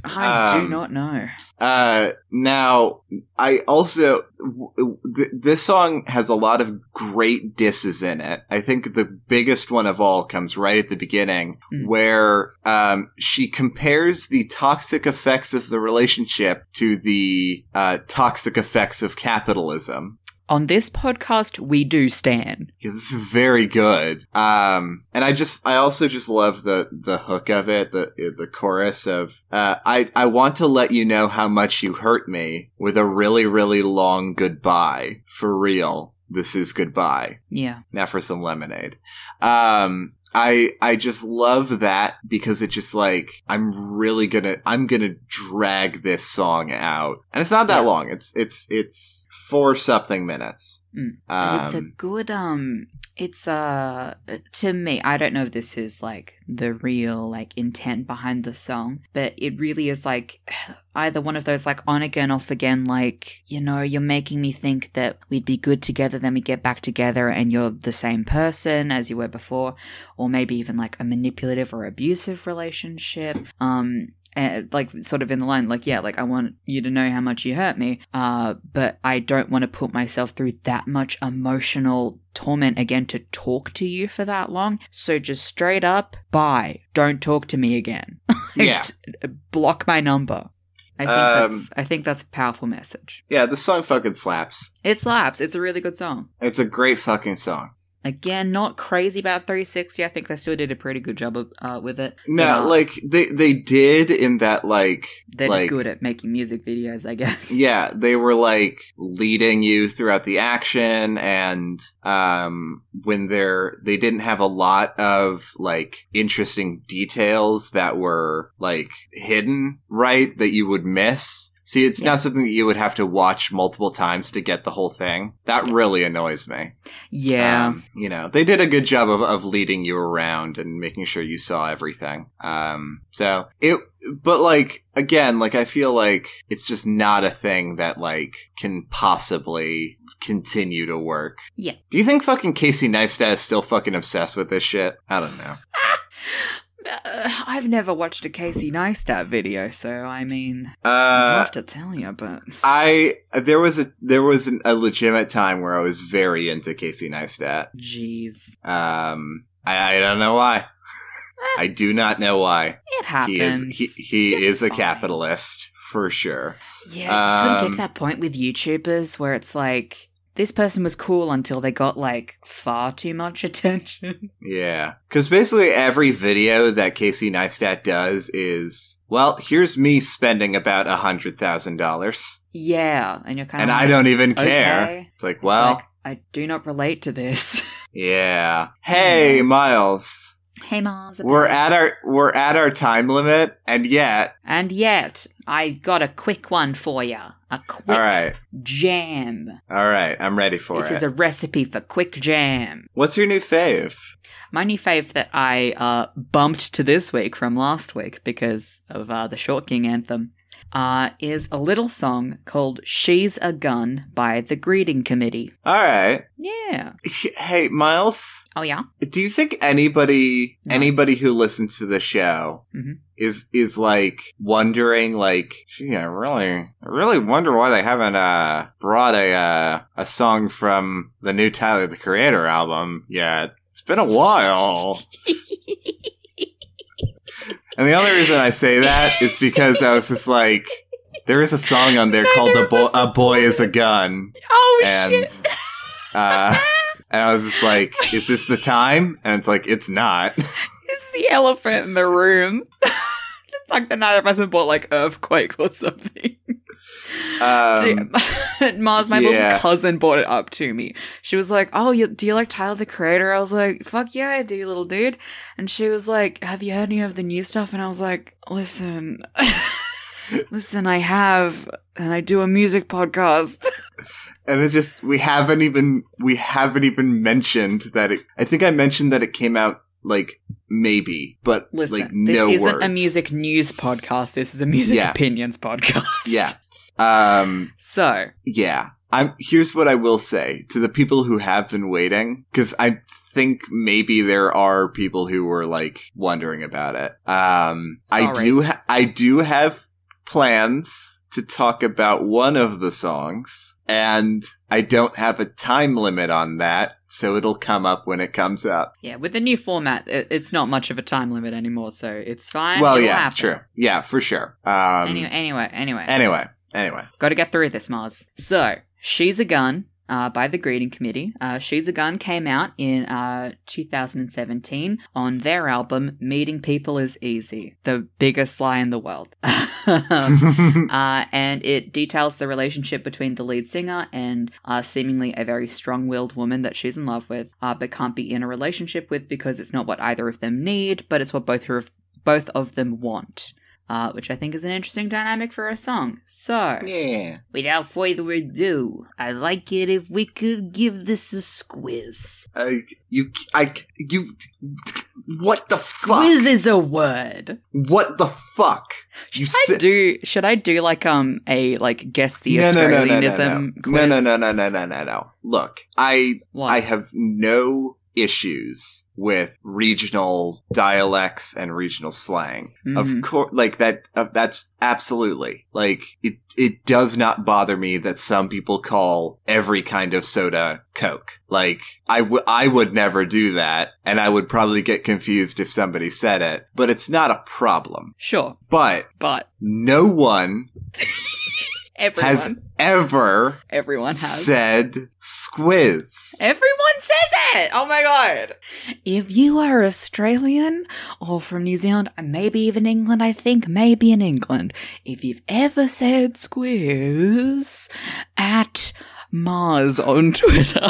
[SPEAKER 1] I do
[SPEAKER 2] Um,
[SPEAKER 1] not know.
[SPEAKER 2] Uh, now I also w- th- this song has a lot of great disses in it. I think the biggest one of all comes right at the beginning,
[SPEAKER 1] Mm.
[SPEAKER 2] where um, she compares the toxic effects of the relationship to the uh, toxic effects of capitalism.
[SPEAKER 1] On this podcast, we do Stan.
[SPEAKER 2] Yeah, this is very good. Um, and I just, I also just love the the hook of it, the the chorus of, uh, I I want to let you know how much you hurt me with a really really long goodbye for real. This is goodbye.
[SPEAKER 1] Yeah.
[SPEAKER 2] Now for some lemonade. Um, I I just love that because it just like I'm really gonna I'm gonna drag this song out, and it's not that
[SPEAKER 1] Yeah.
[SPEAKER 2] long. It's it's it's four something minutes.
[SPEAKER 1] Mm. it's a good um it's uh to me i don't know if this is like the real like intent behind the song but it really is like either one of those like on again off again like you know you're making me think that we'd be good together then we get back together and you're the same person as you were before or maybe even like a manipulative or abusive relationship um and like sort of in the line like yeah like i want you to know how much you hurt me uh but i don't want to put myself through that much emotional torment again to talk to you for that long so just straight up bye don't talk to me again
[SPEAKER 2] Yeah.
[SPEAKER 1] T- block my number i think
[SPEAKER 2] Um,
[SPEAKER 1] that's i think that's a powerful message
[SPEAKER 2] Yeah, the song fucking slaps.
[SPEAKER 1] it slaps it's a really good song
[SPEAKER 2] It's a great fucking song.
[SPEAKER 1] Again, not crazy about 360. I think they still did a pretty good job of, uh, with it.
[SPEAKER 2] No,
[SPEAKER 1] But, uh,
[SPEAKER 2] like they they did in that like
[SPEAKER 1] they're just
[SPEAKER 2] like-
[SPEAKER 1] good at making music videos, I guess.
[SPEAKER 2] yeah, they were like leading you throughout the action and um when they're they didn't have a lot of like interesting details that were like hidden, right? That you would miss. See, it's
[SPEAKER 1] Yeah.
[SPEAKER 2] not something that you would have to watch multiple times to get the whole thing. That really annoys me.
[SPEAKER 1] Yeah.
[SPEAKER 2] Um, you know, they did a good job of, of leading you around and making sure you saw everything. Um, so it, but like, again, like I feel like it's just not a thing that like can possibly continue to work.
[SPEAKER 1] Yeah.
[SPEAKER 2] Do you think fucking Casey Neistat is still fucking obsessed with this shit? I don't know.
[SPEAKER 1] Uh, I've never watched a Casey Neistat video, so I mean, I'd
[SPEAKER 2] Uh,
[SPEAKER 1] love to tell you, but
[SPEAKER 2] I, there was a, there was an, a legitimate time where I was very into Casey Neistat.
[SPEAKER 1] jeez,
[SPEAKER 2] Um, I, I don't know why.
[SPEAKER 1] Ah.
[SPEAKER 2] I do not know why.
[SPEAKER 1] it happens.
[SPEAKER 2] he is he, he is a
[SPEAKER 1] fine.
[SPEAKER 2] capitalist for sure.
[SPEAKER 1] Yeah, I just want to get
[SPEAKER 2] Um,
[SPEAKER 1] to that point with YouTubers where it's like this person was cool until they got like far too much attention.
[SPEAKER 2] Yeah, because basically every video that Casey Neistat does is well, here's me spending about a hundred thousand dollars,
[SPEAKER 1] yeah, and you're kind
[SPEAKER 2] and
[SPEAKER 1] of
[SPEAKER 2] I
[SPEAKER 1] like,
[SPEAKER 2] don't even care.
[SPEAKER 1] Oh. okay.
[SPEAKER 2] It's like,
[SPEAKER 1] It's
[SPEAKER 2] well,
[SPEAKER 1] like, I do not relate to this.
[SPEAKER 2] yeah. Hey, Miles,
[SPEAKER 1] hey, Mars.
[SPEAKER 2] we're at our we're at our time limit, and yet,
[SPEAKER 1] and yet I got a quick one for you. A quick
[SPEAKER 2] all right,
[SPEAKER 1] jam.
[SPEAKER 2] all right, I'm ready for
[SPEAKER 1] this
[SPEAKER 2] it.
[SPEAKER 1] is a recipe for quick jam.
[SPEAKER 2] What's your new fave?
[SPEAKER 1] My new fave that I uh, bumped to this week from last week because of uh, the Short King anthem uh, is a little song called She's a Gun by the Greeting Committee.
[SPEAKER 2] All right,
[SPEAKER 1] Yeah.
[SPEAKER 2] hey, Miles.
[SPEAKER 1] Oh, yeah?
[SPEAKER 2] Do you think anybody
[SPEAKER 1] No.
[SPEAKER 2] anybody who listens to the show
[SPEAKER 1] Mhm.
[SPEAKER 2] is is like wondering like gee, I really I really wonder why they haven't uh brought a uh, a song from the new Tyler the Creator album yet. It's been a while. and the only reason I say that is because I was just like there is a song on there called "The Bo- A Boy Is a Gun."
[SPEAKER 1] Oh,
[SPEAKER 2] and
[SPEAKER 1] shit.
[SPEAKER 2] uh, and I was just like, "Is this the time?" And it's like, "It's not."
[SPEAKER 1] It's the elephant in the room. It's like the night person bought like Earthquake or something.
[SPEAKER 2] Um,
[SPEAKER 1] Dude, Mars, my
[SPEAKER 2] yeah.
[SPEAKER 1] little cousin, brought it up to me. She was like, "Oh, you, do you like Tyler the Creator?" I was like, "Fuck yeah, I do, little dude." And she was like, "Have you heard any of the new stuff?" And I was like, "Listen, listen, I have, and I do a music podcast."
[SPEAKER 2] and it just we haven't even we haven't even mentioned that it. I think I mentioned that it came out like maybe, but
[SPEAKER 1] Listen,
[SPEAKER 2] like
[SPEAKER 1] this
[SPEAKER 2] no
[SPEAKER 1] isn't
[SPEAKER 2] words.
[SPEAKER 1] a music news podcast. This is a music
[SPEAKER 2] Yeah.
[SPEAKER 1] opinions podcast.
[SPEAKER 2] Yeah. Um.
[SPEAKER 1] So
[SPEAKER 2] Yeah. I'm here's what I will say to the people who have been waiting cuz I think maybe there are people who were like wondering about it. Um I
[SPEAKER 1] Sorry.
[SPEAKER 2] do ha- I do have plans to talk about one of the songs and I don't have a time limit on that, so it'll come up when it comes up.
[SPEAKER 1] yeah, with the new format, it, it's not much of a time limit anymore. So it's fine.
[SPEAKER 2] well,
[SPEAKER 1] It'll
[SPEAKER 2] yeah,
[SPEAKER 1] happen.
[SPEAKER 2] true. Yeah, for sure. Um
[SPEAKER 1] Anyway, anyway, anyway.
[SPEAKER 2] anyway, anyway.
[SPEAKER 1] Got to get through this, Mars. So, She's a Gun uh, by the Greeting Committee. Uh, She's a Gun came out in uh, 2017 on their album Meeting People is Easy, the biggest lie in the world. Uh, and it details the relationship between the lead singer and uh, seemingly a very strong willed woman that she's in love with, uh, but can't be in a relationship with because it's not what either of them need, but it's what both, her, both of them want. Uh, which I think is an interesting dynamic for a song. So,
[SPEAKER 2] yeah.
[SPEAKER 1] without further ado, I like it if we could give this a squiz.
[SPEAKER 2] I, you, I, you, what the fuck?
[SPEAKER 1] Squiz is a word.
[SPEAKER 2] What the fuck? You
[SPEAKER 1] Should I
[SPEAKER 2] said
[SPEAKER 1] do? Should I do like um a like guess the
[SPEAKER 2] no, no, no, no, no, no,
[SPEAKER 1] Australianism
[SPEAKER 2] no,
[SPEAKER 1] quiz?
[SPEAKER 2] no, no, no, no, no, no, no. Look, I,
[SPEAKER 1] What?
[SPEAKER 2] I have no issues with regional dialects and regional slang.
[SPEAKER 1] Mhm.
[SPEAKER 2] Of course, like that. Uh, that's absolutely like it. It does not bother me that some people call every kind of soda Coke. Like I, w- I would never do that, and I would probably get confused if somebody said it. But it's not a problem.
[SPEAKER 1] Sure,
[SPEAKER 2] But
[SPEAKER 1] but
[SPEAKER 2] no one
[SPEAKER 1] Everyone.
[SPEAKER 2] has ever
[SPEAKER 1] Everyone has.
[SPEAKER 2] said squiz.
[SPEAKER 1] Everyone says it! Oh my god! If you are Australian or from New Zealand, and maybe even England, I think, maybe in England, if you've ever said squiz at Mars on Twitter,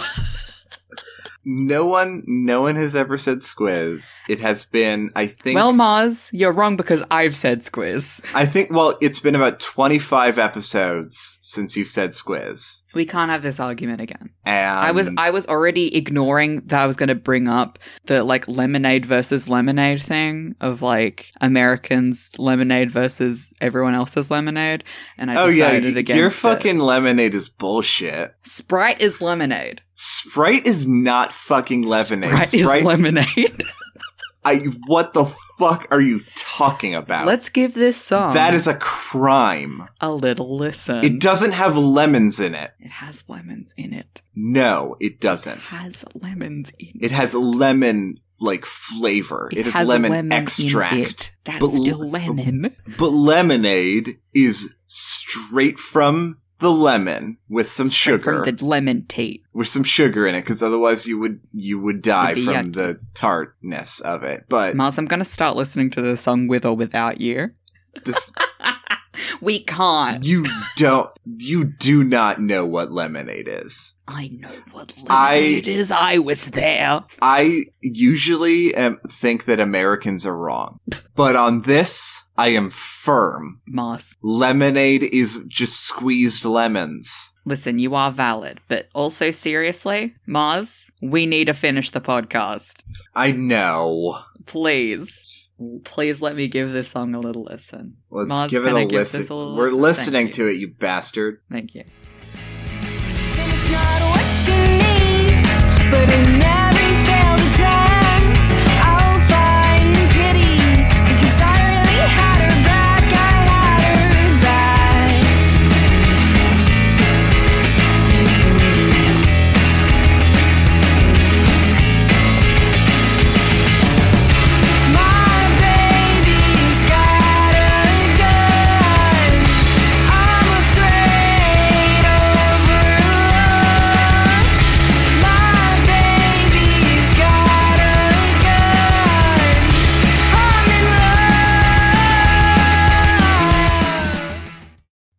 [SPEAKER 2] No one, no one has ever said squiz. It has been, I think,
[SPEAKER 1] well, Mars, you're wrong because I've said squiz.
[SPEAKER 2] I think, well, it's been about twenty-five episodes since you've said squiz.
[SPEAKER 1] We can't have this argument again.
[SPEAKER 2] And
[SPEAKER 1] I was I was already ignoring that I was going to bring up the like lemonade versus lemonade thing of like Americans lemonade versus everyone else's lemonade, and I
[SPEAKER 2] oh yeah,
[SPEAKER 1] decided
[SPEAKER 2] y-
[SPEAKER 1] against
[SPEAKER 2] your
[SPEAKER 1] it.
[SPEAKER 2] fucking lemonade is bullshit.
[SPEAKER 1] Sprite is lemonade.
[SPEAKER 2] Sprite is not fucking lemonade.
[SPEAKER 1] Sprite, is lemonade.
[SPEAKER 2] I what the fuck are you talking about?
[SPEAKER 1] Let's give this song
[SPEAKER 2] that is a crime.
[SPEAKER 1] a little listen.
[SPEAKER 2] It doesn't have lemons in it.
[SPEAKER 1] It has lemons in it.
[SPEAKER 2] No, it
[SPEAKER 1] It
[SPEAKER 2] doesn't.
[SPEAKER 1] has lemons in it.
[SPEAKER 2] It has lemon like flavor. It, has, lemon,
[SPEAKER 1] in
[SPEAKER 2] extract.
[SPEAKER 1] it. That's
[SPEAKER 2] but
[SPEAKER 1] still
[SPEAKER 2] l-
[SPEAKER 1] lemon.
[SPEAKER 2] But lemonade is straight from the lemon with some
[SPEAKER 1] Straight
[SPEAKER 2] sugar,
[SPEAKER 1] from the lemon tea.
[SPEAKER 2] with some sugar in it, because otherwise you would you would die
[SPEAKER 1] Would be
[SPEAKER 2] from
[SPEAKER 1] yucky.
[SPEAKER 2] the tartness of it. But
[SPEAKER 1] Mars, I'm gonna start listening to the song with or without you.
[SPEAKER 2] this,
[SPEAKER 1] we can't.
[SPEAKER 2] you don't you do not know what lemonade is.
[SPEAKER 1] I know what
[SPEAKER 2] I-
[SPEAKER 1] lemonade is. I was there.
[SPEAKER 2] I usually um, think that Americans are wrong, but on this, I am firm.
[SPEAKER 1] Mars,
[SPEAKER 2] Lemonade is just squeezed lemons.
[SPEAKER 1] listen, you are valid, but also seriously, Mars, we need to finish the podcast.
[SPEAKER 2] I know.
[SPEAKER 1] Please, please let me give this song a little listen.
[SPEAKER 2] Let's
[SPEAKER 1] Mars,
[SPEAKER 2] give it
[SPEAKER 1] can I
[SPEAKER 2] a
[SPEAKER 1] give this
[SPEAKER 2] listen.
[SPEAKER 1] a little
[SPEAKER 2] We're
[SPEAKER 1] listen? Thank
[SPEAKER 2] listening
[SPEAKER 1] you.
[SPEAKER 2] to it, you bastard.
[SPEAKER 1] Thank you.
[SPEAKER 6] And it's not what she needs, but in every failed attempt, I'll find pity because I really had her back. I had her back. My baby's got a gun. I'm afraid of her love. My baby's got a gun. I'm in love.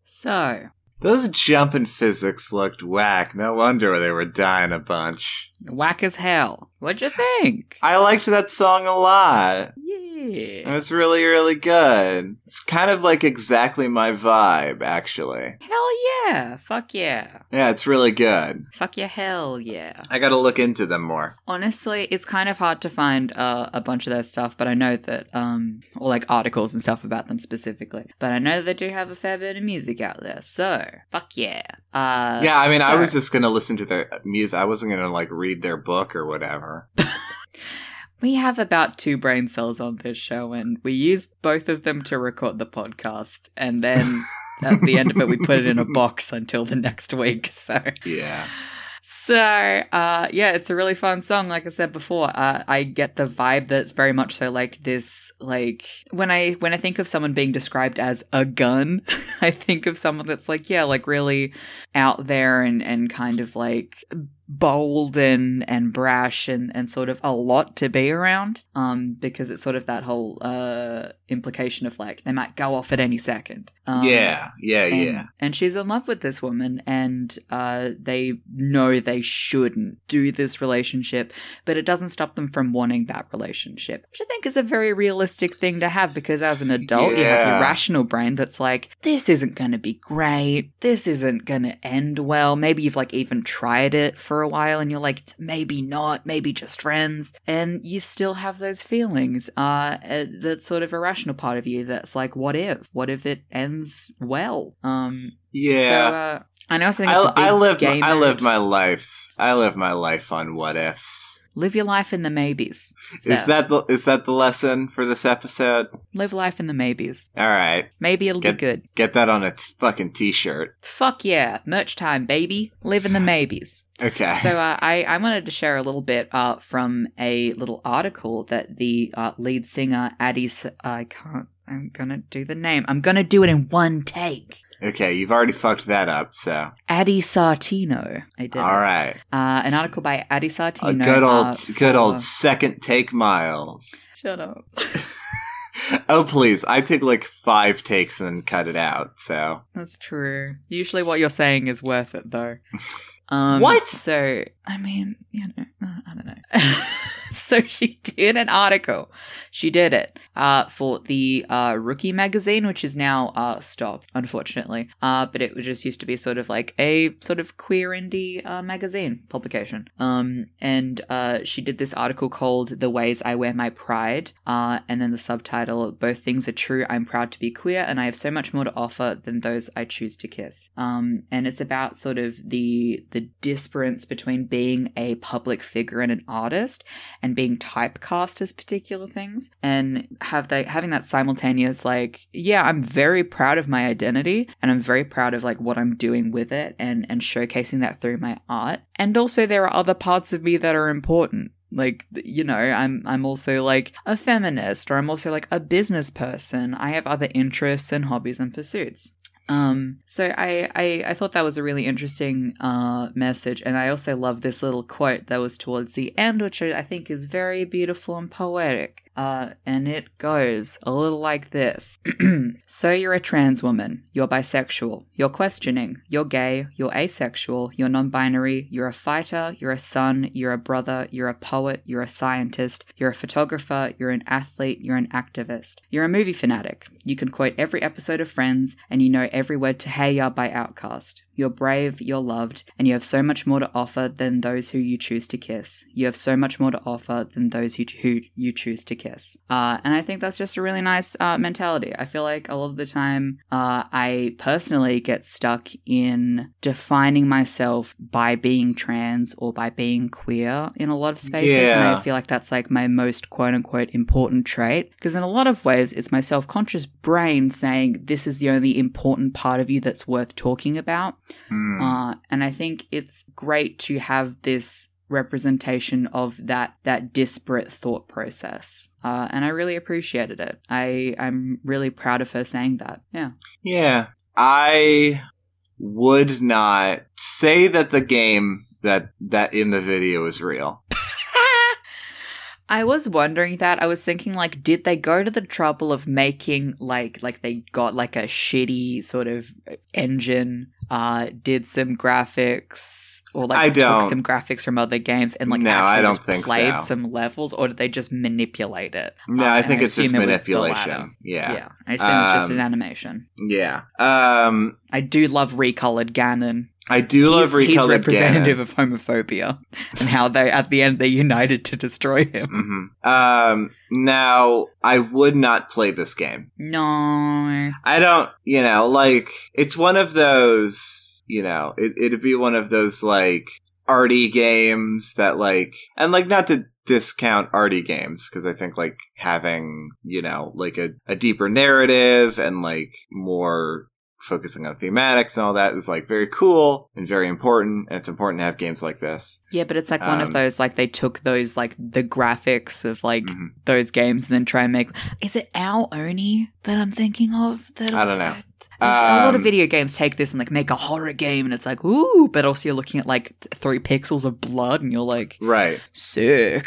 [SPEAKER 1] So,
[SPEAKER 2] Those jumping physics looked whack. No wonder they were dying a bunch.
[SPEAKER 1] whack as hell. What'd you think?
[SPEAKER 2] I liked that song a lot. It
[SPEAKER 1] yeah.
[SPEAKER 2] was really, really good. It's kind of like exactly my vibe, actually.
[SPEAKER 1] Hell yeah. Fuck yeah.
[SPEAKER 2] Yeah, it's really good.
[SPEAKER 1] Fuck yeah, hell yeah.
[SPEAKER 2] I gotta look into them more.
[SPEAKER 1] Honestly, it's kind of hard to find uh, a bunch of their stuff, but I know that, um, or like articles and stuff about them specifically. But I know they do have a fair bit of music out there, so fuck yeah. Uh,
[SPEAKER 2] yeah, I mean, I
[SPEAKER 1] so-
[SPEAKER 2] was just gonna listen to their music. I wasn't gonna like read their book or whatever.
[SPEAKER 1] We have about two brain cells on this show, and we use both of them to record the podcast, and then at the end of it, we put it in a box until the next week. So.
[SPEAKER 2] Yeah,
[SPEAKER 1] So, uh, yeah, it's a really fun song. Like I said before, uh, I get the vibe that's very much so like this. Like when I when I think of someone being described as a gun, I think of someone that's like yeah, like really out there and and kind of like bold and and brash and and sort of a lot to be around. Um, because it's sort of that whole uh implication of like they might go off at any second. Um,
[SPEAKER 2] yeah, yeah,
[SPEAKER 1] and,
[SPEAKER 2] yeah.
[SPEAKER 1] and she's in love with this woman, and uh, they know they shouldn't do this relationship, but it doesn't stop them from wanting that relationship, which I think is a very realistic thing to have because as an adult, you have
[SPEAKER 2] Yeah.
[SPEAKER 1] your rational brain that's like, this isn't going to be great. This isn't going to end well. Maybe you've like even tried it for a while and you're like, "It's maybe not, maybe just friends. And you still have those feelings. Uh, uh, that sort of irrational part of you that's like, what if? What if it ends well? Um,
[SPEAKER 2] Yeah,
[SPEAKER 1] so, uh, and I also think
[SPEAKER 2] I,
[SPEAKER 1] it's a big
[SPEAKER 2] I live, my,
[SPEAKER 1] gay
[SPEAKER 2] I live
[SPEAKER 1] marriage.
[SPEAKER 2] my life. I live my life on what ifs.
[SPEAKER 1] live your life in the maybes.
[SPEAKER 2] Is
[SPEAKER 1] So,
[SPEAKER 2] that the is that the lesson for this episode?
[SPEAKER 1] live life in the maybes?
[SPEAKER 2] All right,
[SPEAKER 1] Maybe it'll
[SPEAKER 2] Get-
[SPEAKER 1] be good.
[SPEAKER 2] get that on a t- fucking t-shirt.
[SPEAKER 1] Fuck yeah, merch time, baby. Live in the maybes.
[SPEAKER 2] Okay.
[SPEAKER 1] So uh, I, I wanted to share a little bit uh, from a little article that the uh, lead singer Addie S- I can't I'm gonna do the name. I'm gonna do it in one take.
[SPEAKER 2] Okay, you've already fucked that up, so.
[SPEAKER 1] Adi Sartino. I did. it.
[SPEAKER 2] All right.
[SPEAKER 1] Uh, an article by Adi Sartino.
[SPEAKER 2] a good old,
[SPEAKER 1] uh,
[SPEAKER 2] good
[SPEAKER 1] for-
[SPEAKER 2] old second take miles.
[SPEAKER 1] Shut up.
[SPEAKER 2] Oh, please. I take like five takes and then cut it out, so.
[SPEAKER 1] That's true. Usually, what you're saying is worth it, though. Um,
[SPEAKER 2] What?
[SPEAKER 1] So, I mean, you know, uh, I don't know. so she did an article. She did it uh, for the uh, Rookie magazine, which is now uh, stopped, unfortunately. Uh, but it just used to be sort of like a sort of queer indie uh, magazine publication. Um, and uh, she did this article called "The Ways I Wear My Pride," uh, and then the subtitle "Both Things Are True. I'm Proud to Be Queer, and I have so much more to offer than those I choose to kiss." Um, and it's about sort of the the disparance between being a public figure and an artist, and being typecast as particular things and have they having that simultaneous like yeah i'm very proud of my identity and i'm very proud of like what i'm doing with it and and showcasing that through my art and also there are other parts of me that are important like th- you know i'm i'm also like a feminist or i'm also like a business person i have other interests and hobbies and pursuits um so I, I i thought that was a really interesting uh message and i also love this little quote that was towards the end which i I think is very beautiful and poetic uh and it goes a little like this so you're a trans woman you're bisexual you're questioning you're gay you're asexual you're non-binary you're a fighter you're a son you're a brother you're a poet you're a scientist you're a photographer you're an athlete you're an activist you're a movie fanatic you can quote every episode of friends and you know every word to hey ya by outcast you're brave you're loved and you have so much more to offer than those who you choose to kiss you have so much more to offer than those who, who you choose to kiss uh, and i think that's just a really nice uh, mentality i feel like a lot of the time uh, i personally get stuck in defining myself by being trans or by being queer in a lot of spaces and i
[SPEAKER 2] Yeah.
[SPEAKER 1] feel like that's like my most quote unquote important trait because in a lot of ways it's my self-conscious brain saying this is the only important part of you that's worth talking about
[SPEAKER 2] Hmm.
[SPEAKER 1] uh, and I think it's great to have this representation of that that disparate thought process. Uh, and I really appreciated it. I I'm really proud of her saying that. Yeah.
[SPEAKER 2] Yeah. I would not say that the game that that in the video is real.
[SPEAKER 1] I was wondering that. I was thinking like did they go to the trouble of making like like they got like a shitty sort of engine uh did some graphics or like
[SPEAKER 2] I
[SPEAKER 1] took
[SPEAKER 2] don't.
[SPEAKER 1] some graphics from other games and like
[SPEAKER 2] No, I
[SPEAKER 1] actually
[SPEAKER 2] don't
[SPEAKER 1] just
[SPEAKER 2] think
[SPEAKER 1] played
[SPEAKER 2] so.
[SPEAKER 1] some levels or did they just manipulate it?
[SPEAKER 2] No,
[SPEAKER 1] Uh,
[SPEAKER 2] I
[SPEAKER 1] and
[SPEAKER 2] think it's just
[SPEAKER 1] assume it was the latter.
[SPEAKER 2] manipulation.
[SPEAKER 1] Yeah.
[SPEAKER 2] Yeah.
[SPEAKER 1] I assume it's just an
[SPEAKER 2] Um,
[SPEAKER 1] animation.
[SPEAKER 2] yeah. Um
[SPEAKER 1] I do love recolored Ganon.
[SPEAKER 2] I do love
[SPEAKER 1] he's, he's
[SPEAKER 2] recolored
[SPEAKER 1] representative
[SPEAKER 2] Ganon.
[SPEAKER 1] of homophobia and how they at the end they united to destroy him.
[SPEAKER 2] Mhm. Um now I would not play this game.
[SPEAKER 1] No.
[SPEAKER 2] I don't, you know, like it's one of those, you know, it, it'd be one of those like arty games that like, and like not to discount arty games because I think like having, you know, like a, a deeper narrative and like more focusing on thematics and all that is like very cool and very important. And it's important to have games like this.
[SPEAKER 1] Yeah, but it's like one of
[SPEAKER 2] Um,
[SPEAKER 1] those like they took those like the graphics of like
[SPEAKER 2] Mhm.
[SPEAKER 1] those games and then try and make Is it Al Oni that I'm thinking of? That
[SPEAKER 2] I
[SPEAKER 1] was-
[SPEAKER 2] don't know.
[SPEAKER 1] a lot of
[SPEAKER 2] Um,
[SPEAKER 1] video games take this and like make a horror game and it's like, ooh, but also you're looking at like th- three pixels of blood and you're like,
[SPEAKER 2] Right.
[SPEAKER 1] sick.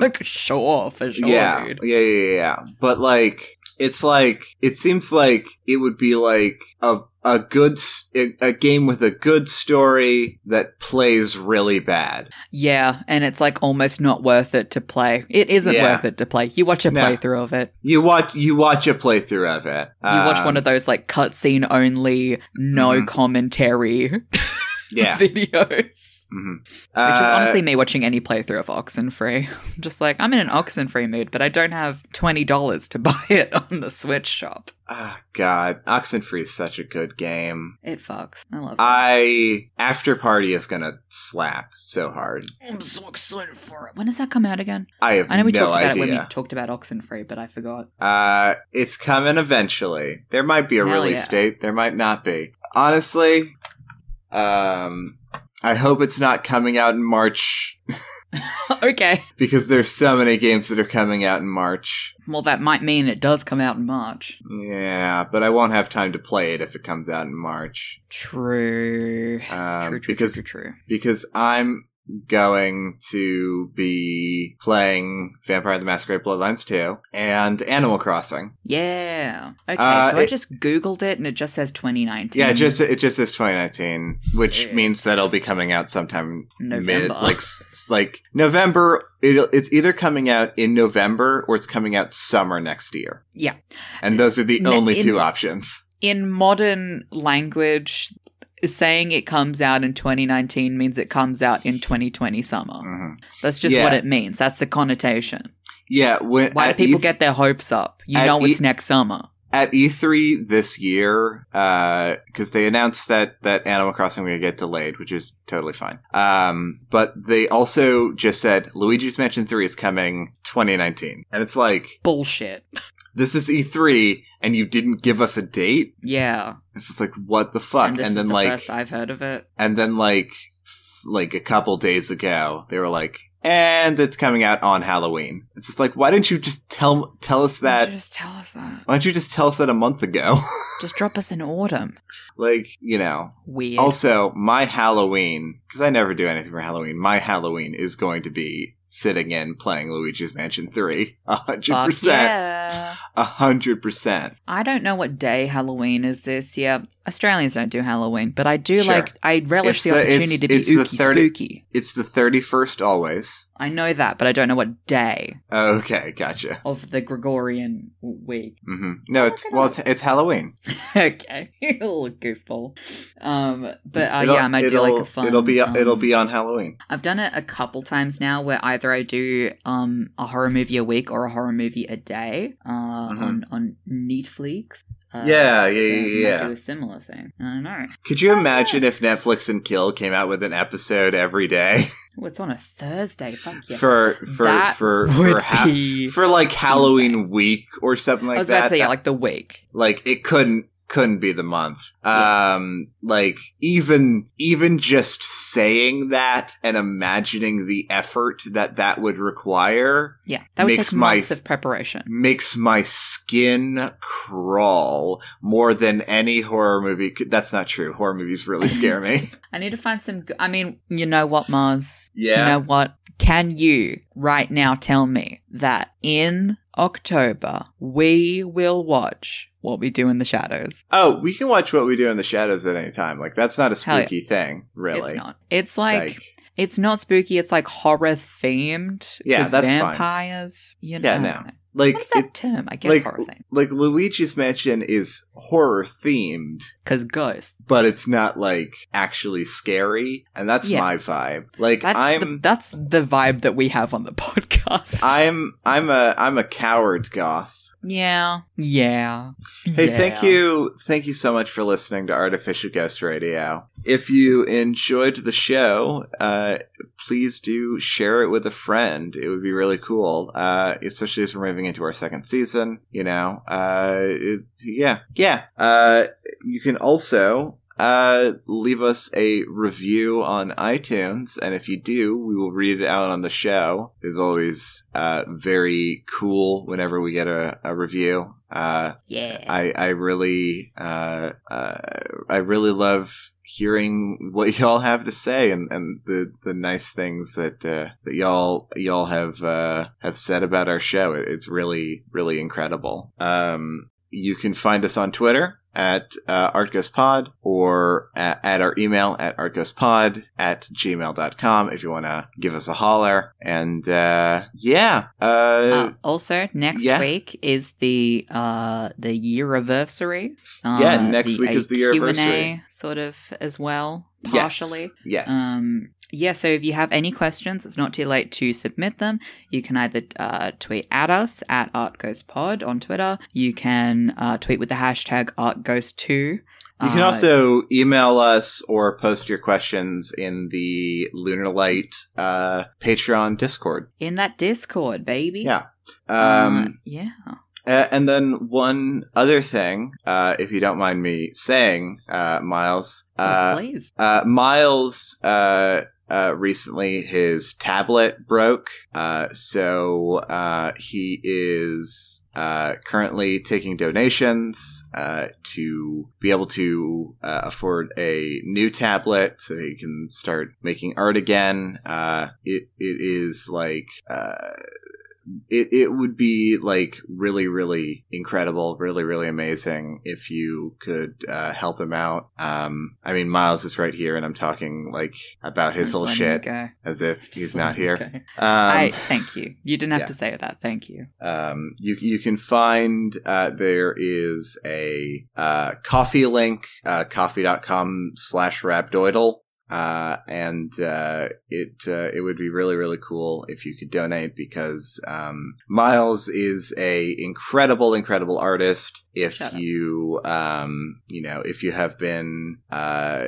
[SPEAKER 1] like sure for sure.
[SPEAKER 2] yeah,
[SPEAKER 1] dude.
[SPEAKER 2] yeah, yeah, yeah. But like, it's like it seems like it would be like a a good s- a, a game with a good story that plays really bad.
[SPEAKER 1] Yeah, and it's like almost not worth it to play. It isn't
[SPEAKER 2] Yeah.
[SPEAKER 1] worth it to play. You watch a
[SPEAKER 2] No.
[SPEAKER 1] playthrough of it.
[SPEAKER 2] You watch you watch a playthrough of it.
[SPEAKER 1] You watch
[SPEAKER 2] Um,
[SPEAKER 1] one of those like cutscene only, no
[SPEAKER 2] Mhm.
[SPEAKER 1] commentary
[SPEAKER 2] yeah.
[SPEAKER 1] videos.
[SPEAKER 2] hmm
[SPEAKER 1] Which is
[SPEAKER 2] Uh,
[SPEAKER 1] honestly me watching any playthrough of Oxenfree. I'm just like, I'm in an Oxenfree mood, but I don't have $20 to buy it on the Switch shop.
[SPEAKER 2] oh God, Oxenfree is such a good game.
[SPEAKER 1] It fucks. I love it.
[SPEAKER 2] I after party is gonna slap so hard.
[SPEAKER 1] I'm so excited for it. When does that come out again?
[SPEAKER 2] I have
[SPEAKER 1] I know we
[SPEAKER 2] no
[SPEAKER 1] talked about
[SPEAKER 2] idea.
[SPEAKER 1] it when we talked about Oxenfree, but I forgot.
[SPEAKER 2] Uh, it's coming eventually. There might be a
[SPEAKER 1] Hell
[SPEAKER 2] release
[SPEAKER 1] yeah.
[SPEAKER 2] date. There might not be. Honestly, um, I hope it's not coming out in March.
[SPEAKER 1] okay.
[SPEAKER 2] because there's so many games that are coming out in March.
[SPEAKER 1] Well, that might mean it does come out in March.
[SPEAKER 2] Yeah, but I won't have time to play it if it comes out in March
[SPEAKER 1] True.
[SPEAKER 2] Um,
[SPEAKER 1] true, true,
[SPEAKER 2] because-
[SPEAKER 1] true, true, true.
[SPEAKER 2] because I'm going to be playing Vampire the Masquerade Bloodlines 2 and Animal Crossing.
[SPEAKER 1] Yeah. Okay,
[SPEAKER 2] Uh,
[SPEAKER 1] so I
[SPEAKER 2] it-
[SPEAKER 1] just Googled it and it just says 2019.
[SPEAKER 2] Yeah, it just it just says 2019, which
[SPEAKER 1] Mm. Sick.
[SPEAKER 2] means that it'll be coming out sometime mid
[SPEAKER 1] November.
[SPEAKER 2] like s- s- like November. It'll, it's either coming out in November or it's coming out summer next year,
[SPEAKER 1] Yeah.
[SPEAKER 2] and those are the
[SPEAKER 1] Ne-
[SPEAKER 2] only
[SPEAKER 1] in-
[SPEAKER 2] two options.
[SPEAKER 1] In modern language, saying it comes out in 2019 means it comes out in 2020 summer.
[SPEAKER 2] hmm
[SPEAKER 1] That's just
[SPEAKER 2] Yeah.
[SPEAKER 1] what it means. That's the connotation.
[SPEAKER 2] Yeah, when,
[SPEAKER 1] Why do
[SPEAKER 2] at
[SPEAKER 1] people
[SPEAKER 2] E-
[SPEAKER 1] get their hopes up? You
[SPEAKER 2] at
[SPEAKER 1] know it's
[SPEAKER 2] E-
[SPEAKER 1] next summer.
[SPEAKER 2] at E3 this year because they announced that that Animal Crossing would get delayed, which is totally fine. Um, but they also just said Luigi's Mansion 3 is coming 2019, and it's like.
[SPEAKER 1] Bullshit.
[SPEAKER 2] this is E3 and you didn't give us a date.
[SPEAKER 1] Yeah.
[SPEAKER 2] It's just like what the fuck. And,
[SPEAKER 1] this is
[SPEAKER 2] then
[SPEAKER 1] the
[SPEAKER 2] like
[SPEAKER 1] first I've heard of it.
[SPEAKER 2] and then like f- like a couple days ago they were like and it's coming out on Halloween. It's just like why didn't you just tell tell us
[SPEAKER 1] Why don't
[SPEAKER 2] that
[SPEAKER 1] you just tell us that.
[SPEAKER 2] why don't you just tell us that a month ago?
[SPEAKER 1] Just drop us in autumn.
[SPEAKER 2] like, you know.
[SPEAKER 1] Weird.
[SPEAKER 2] Also, my Halloween cuz I never do anything for Halloween. My Halloween is going to be sitting in playing Luigi's Mansion 3. a
[SPEAKER 1] Fuck
[SPEAKER 2] 100%.
[SPEAKER 1] yeah.
[SPEAKER 2] a 100%.
[SPEAKER 1] I don't know what day Halloween is this year. Australians don't do Halloween, but I do
[SPEAKER 2] Sure.
[SPEAKER 1] like I relish
[SPEAKER 2] It's
[SPEAKER 1] the,
[SPEAKER 2] the- it's-
[SPEAKER 1] opportunity to be
[SPEAKER 2] it's the
[SPEAKER 1] ooky
[SPEAKER 2] 30
[SPEAKER 1] spooky.
[SPEAKER 2] It's the 31st always.
[SPEAKER 1] I know that, but I don't know what day
[SPEAKER 2] Okay, gotcha.
[SPEAKER 1] of the Gregorian week.
[SPEAKER 2] hmm No, it's well, it's, it's Halloween.
[SPEAKER 1] okay, little goofball. Um, but uh,
[SPEAKER 2] It'll-
[SPEAKER 1] yeah, I might do like
[SPEAKER 2] it'll-
[SPEAKER 1] a fun.
[SPEAKER 2] It'll be
[SPEAKER 1] um,
[SPEAKER 2] it'll be on Halloween.
[SPEAKER 1] I've done it a couple times now, where either I do um a horror movie a week or a horror movie a day uh, on on Netflix. Uh,
[SPEAKER 2] Mm-hmm.
[SPEAKER 1] so
[SPEAKER 2] yeah, yeah,
[SPEAKER 1] I
[SPEAKER 2] yeah,
[SPEAKER 1] might
[SPEAKER 2] yeah.
[SPEAKER 1] Do a similar thing. I don't know.
[SPEAKER 2] Could you imagine if Netflix and Kill came out with an episode every day
[SPEAKER 1] Well, it's on a Thursday. Fuck yeah.
[SPEAKER 2] for for
[SPEAKER 1] That
[SPEAKER 2] for
[SPEAKER 1] would
[SPEAKER 2] for, ha-
[SPEAKER 1] be
[SPEAKER 2] for like Halloween week or something like
[SPEAKER 1] I was
[SPEAKER 2] that?
[SPEAKER 1] about to say, yeah, like the wake.
[SPEAKER 2] like it couldn't couldn't be the month um like even even just saying that and imagining the effort that that would require
[SPEAKER 1] Yeah, that would
[SPEAKER 2] Makes
[SPEAKER 1] take months
[SPEAKER 2] my-
[SPEAKER 1] of preparation.
[SPEAKER 2] makes my skin crawl more than any horror movie. could- That's not true. Horror movies really scare me.
[SPEAKER 1] I need to find some. g- I mean, you know what, Mars?
[SPEAKER 2] Yeah.
[SPEAKER 1] You know what? Can you right now tell me that in October we will watch What We Do in the Shadows?
[SPEAKER 2] Oh, we can watch what we do in the shadows at any time. Like that's not a
[SPEAKER 1] Hell yeah.
[SPEAKER 2] spooky thing, really.
[SPEAKER 1] It's not. It's like.
[SPEAKER 2] Like-
[SPEAKER 1] it's not spooky. It's like horror themed.
[SPEAKER 2] Yeah,
[SPEAKER 1] 'cause
[SPEAKER 2] that's fine.
[SPEAKER 1] vampires. You know,
[SPEAKER 2] Yeah,
[SPEAKER 1] I
[SPEAKER 2] no.
[SPEAKER 1] don't know.
[SPEAKER 2] Like
[SPEAKER 1] What is that
[SPEAKER 2] it,
[SPEAKER 1] term? I guess
[SPEAKER 2] like
[SPEAKER 1] horror theme.
[SPEAKER 2] like Luigi's Mansion is horror themed,
[SPEAKER 1] Because ghosts.
[SPEAKER 2] but it's not like actually scary, and that's
[SPEAKER 1] Yeah.
[SPEAKER 2] my vibe. Like
[SPEAKER 1] That's
[SPEAKER 2] I'm
[SPEAKER 1] the, that's the vibe that we have on the podcast.
[SPEAKER 2] I'm I'm a I'm a coward goth.
[SPEAKER 1] Yeah. Yeah.
[SPEAKER 2] Hey, thank you. Thank you so much for listening to Artificial Ghost Radio. If you enjoyed the show, uh, please do share it with a friend. It would be really cool, uh, especially as we're moving into our second season, you know? Uh, it, yeah. Yeah. Uh, you can also uh, leave us a review on iTunes, and if you do, we will read it out on the show. It's always uh, very cool whenever we get a, a review. Uh,
[SPEAKER 1] Yeah.
[SPEAKER 2] I I really uh, uh, I really love hearing what y'all have to say and, and the, the nice things that uh, that y'all y'all have uh, have said about our show. It, it's really really incredible. Um, you can find us on Twitter at uh, ArtGhostPod or at, at our email at ArtGhostPod at gmail.com if you want to give us a holler. And uh, yeah. Uh,
[SPEAKER 1] Uh, also, next
[SPEAKER 2] yeah.
[SPEAKER 1] week is the uh the year anniversary. Uh,
[SPEAKER 2] Yeah, next week is the
[SPEAKER 1] a Q&A
[SPEAKER 2] year-versary.
[SPEAKER 1] sort of as well,
[SPEAKER 2] yes.
[SPEAKER 1] Uh, partially.
[SPEAKER 2] Yes.
[SPEAKER 1] Um, yeah, so if you have any questions, it's not too late to submit them. You can either uh, tweet at us at ArtGhostPod on Twitter. You can uh, tweet with the hashtag uh, ArtGhost2. You
[SPEAKER 2] You can also email us or post your questions in the Lunar Light uh, Patreon Discord.
[SPEAKER 1] in that Discord, baby.
[SPEAKER 2] Yeah.
[SPEAKER 1] Uh,
[SPEAKER 2] Um,
[SPEAKER 1] yeah.
[SPEAKER 2] a- and then one other thing, uh, if you don't mind me saying, uh, Miles,
[SPEAKER 1] Oh,
[SPEAKER 2] uh,
[SPEAKER 1] please.
[SPEAKER 2] uh, Miles uh, uh, recently his tablet broke, uh, so uh, he is uh, currently taking donations uh, to be able to uh, afford a new tablet so he can start making art again. Uh, it it is like. Uh, it, it would be like really really incredible really really amazing if you could uh, help him out um i mean miles is right here and i'm talking like about his
[SPEAKER 1] Just
[SPEAKER 2] little
[SPEAKER 1] letting it
[SPEAKER 2] shit
[SPEAKER 1] go.
[SPEAKER 2] as if
[SPEAKER 1] Just
[SPEAKER 2] he's
[SPEAKER 1] letting
[SPEAKER 2] not
[SPEAKER 1] it
[SPEAKER 2] here
[SPEAKER 1] go.
[SPEAKER 2] um,
[SPEAKER 1] I thank you. You didn't have
[SPEAKER 2] yeah.
[SPEAKER 1] to say that. Thank you.
[SPEAKER 2] um, you you can find uh, there is a uh, coffee link uh, coffee.com slash rabdoidal uh, and uh, it uh, it would be really really cool if you could donate because um, Miles is a incredible incredible artist. If
[SPEAKER 1] Shut up.
[SPEAKER 2] you um, you know if you have been uh,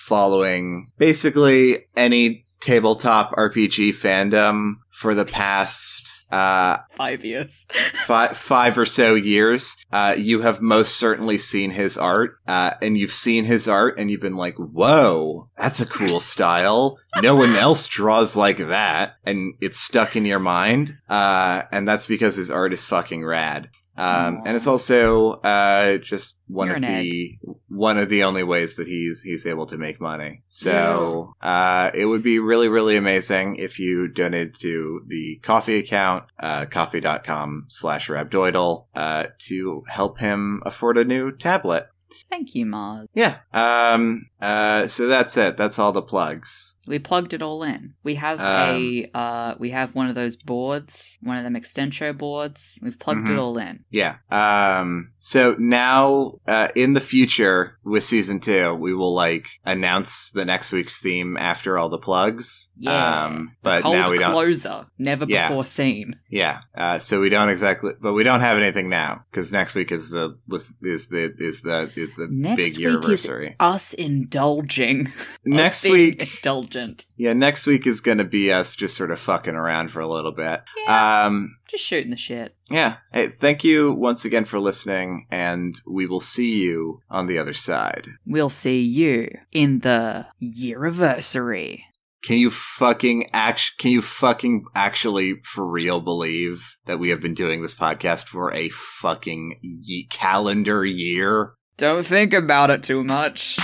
[SPEAKER 2] following basically any tabletop RPG fandom for the past uh,
[SPEAKER 1] Five years.
[SPEAKER 2] five, five or so years, uh, you have most certainly seen his art, uh, and you've seen his art, and you've been like, "Whoa, that's a cool style. No one else draws like that," and it's stuck in your mind, uh, and that's because his art is fucking rad. Um, and it's also uh, just one
[SPEAKER 1] You're
[SPEAKER 2] of
[SPEAKER 1] an
[SPEAKER 2] the one of the only ways that he's he's able to make money. So uh, it would be really really amazing if you donated to the coffee account uh, coffee.com slash rabdoidal uh, to help him afford a new tablet.
[SPEAKER 1] Thank you, Mars.
[SPEAKER 2] Yeah. Um, uh, so that's it. That's all the plugs.
[SPEAKER 1] We plugged it all in. We have
[SPEAKER 2] Um,
[SPEAKER 1] a uh, we have one of those boards, one of them extension boards. We've plugged
[SPEAKER 2] Mhm.
[SPEAKER 1] it all in.
[SPEAKER 2] Yeah. Um, so now, uh, in the future with season two, we will like announce the next week's theme after all the plugs.
[SPEAKER 1] Yeah.
[SPEAKER 2] Um,
[SPEAKER 1] The
[SPEAKER 2] but
[SPEAKER 1] cold
[SPEAKER 2] now we don't.
[SPEAKER 1] closer, never
[SPEAKER 2] Yeah.
[SPEAKER 1] before seen.
[SPEAKER 2] Yeah. Uh, so we don't exactly, but we don't have anything now because next week is the is the is the is the
[SPEAKER 1] Next
[SPEAKER 2] big
[SPEAKER 1] week
[SPEAKER 2] year
[SPEAKER 1] is
[SPEAKER 2] anniversary.
[SPEAKER 1] Us indulging.
[SPEAKER 2] Next
[SPEAKER 1] Us being
[SPEAKER 2] week,
[SPEAKER 1] indulgent.
[SPEAKER 2] yeah, next week is going to be us just sort of fucking around for a little bit.
[SPEAKER 1] Yeah,
[SPEAKER 2] Um,
[SPEAKER 1] just shooting the shit.
[SPEAKER 2] yeah. Hey, thank you once again for listening, and we will see you on the other side.
[SPEAKER 1] We'll see you in the yeariversary.
[SPEAKER 2] Can you fucking act? Can you fucking actually for real believe that we have been doing this podcast for a fucking ye- calendar year?
[SPEAKER 1] Don't think about it too much.